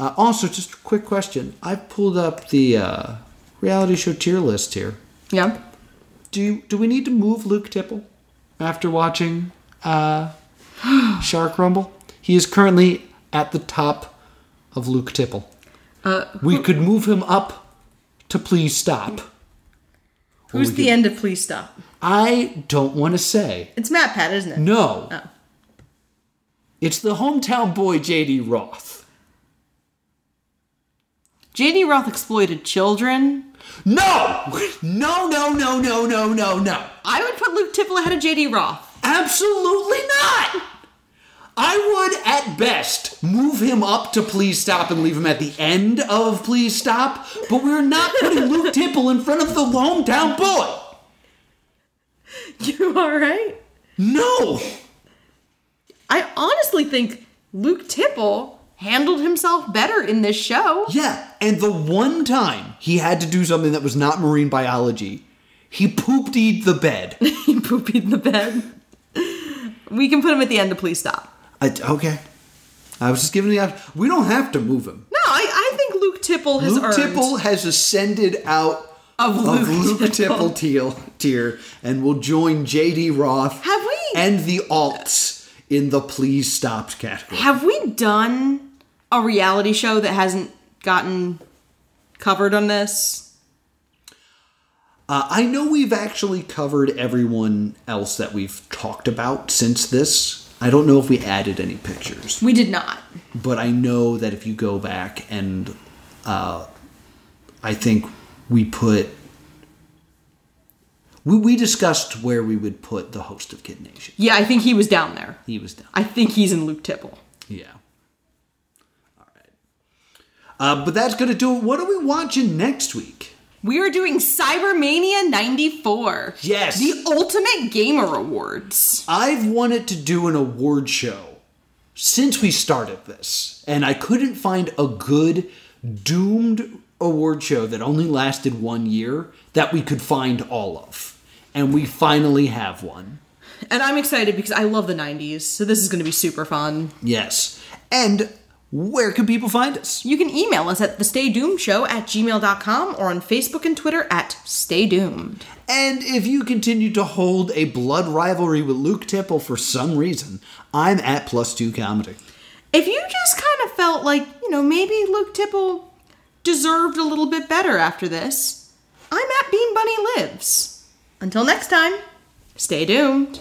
[SPEAKER 1] Uh, also, just a quick question. I pulled up the uh, reality show tier list here.
[SPEAKER 2] yeah.
[SPEAKER 1] Do you, do we need to move Luke Tipple after watching uh, <gasps> Shark Rumble? He is currently at the top of Luke Tipple.
[SPEAKER 2] Uh,
[SPEAKER 1] We could move him up to please stop. Or
[SPEAKER 2] who's
[SPEAKER 1] we
[SPEAKER 2] the
[SPEAKER 1] could-
[SPEAKER 2] end of Please Stop?
[SPEAKER 1] I don't want to say.
[SPEAKER 2] It's Matt Pat, isn't it?
[SPEAKER 1] No.
[SPEAKER 2] Oh.
[SPEAKER 1] It's the hometown boy JD Roth.
[SPEAKER 2] J.D. Roth exploited children.
[SPEAKER 1] No! <laughs> No, no, no, no, no, no, no.
[SPEAKER 2] I would put Luke Tipple ahead of J.D. Roth.
[SPEAKER 1] Absolutely not! I would, at best, move him up to Please Stop and leave him at the end of Please Stop, but we're not putting Luke Temple in front of the hometown boy!
[SPEAKER 2] <laughs> You all right?
[SPEAKER 1] No!
[SPEAKER 2] I honestly think Luke Tipple handled himself better in this show.
[SPEAKER 1] Yeah, and the one time he had to do something that was not marine biology, he pooped eat the bed.
[SPEAKER 2] he pooped in the bed. We can put him at the end of Please Stop.
[SPEAKER 1] I, okay. I was just giving the option. We don't have to move him.
[SPEAKER 2] No, I, I think Luke Tipple has
[SPEAKER 1] Luke
[SPEAKER 2] earned.
[SPEAKER 1] Tipple has ascended out
[SPEAKER 2] Of Luke Tipple.
[SPEAKER 1] Tipple teal- tier and will join J.D. Roth
[SPEAKER 2] Have we-
[SPEAKER 1] and the alts in the please stopped category.
[SPEAKER 2] Have we done a reality show that hasn't gotten covered on this?
[SPEAKER 1] Uh, I know we've actually covered everyone else that we've talked about since this. I don't know if we added any pictures.
[SPEAKER 2] We did not.
[SPEAKER 1] But I know that if you go back and uh, I think we put. We, we discussed where we would put the host of Kid Nation.
[SPEAKER 2] Yeah, I think he was down there.
[SPEAKER 1] He was down.
[SPEAKER 2] I think he's in Luke Tipple.
[SPEAKER 1] Yeah. All right. Uh, but that's going to do it. What are we watching next week?
[SPEAKER 2] We are doing Cybermania 94.
[SPEAKER 1] Yes.
[SPEAKER 2] The Ultimate Gamer Awards.
[SPEAKER 1] I've wanted to do an award show since we started this, and I couldn't find a good doomed award show that only lasted one year that we could find all of. And we finally have one.
[SPEAKER 2] And I'm excited because I love the 90s, so this is going to be super fun.
[SPEAKER 1] Yes. And where can people find us?
[SPEAKER 2] You can email us at thestaydoomshow at gmail.com or on Facebook and Twitter at Stay Doomed.
[SPEAKER 1] And if you continue to hold a blood rivalry with Luke Tipple for some reason, I'm at plus two comedy.
[SPEAKER 2] If you just kind of felt like, you know, maybe Luke Tipple deserved a little bit better after this, I'm at Bean Bunny Lives. Until next time, stay doomed.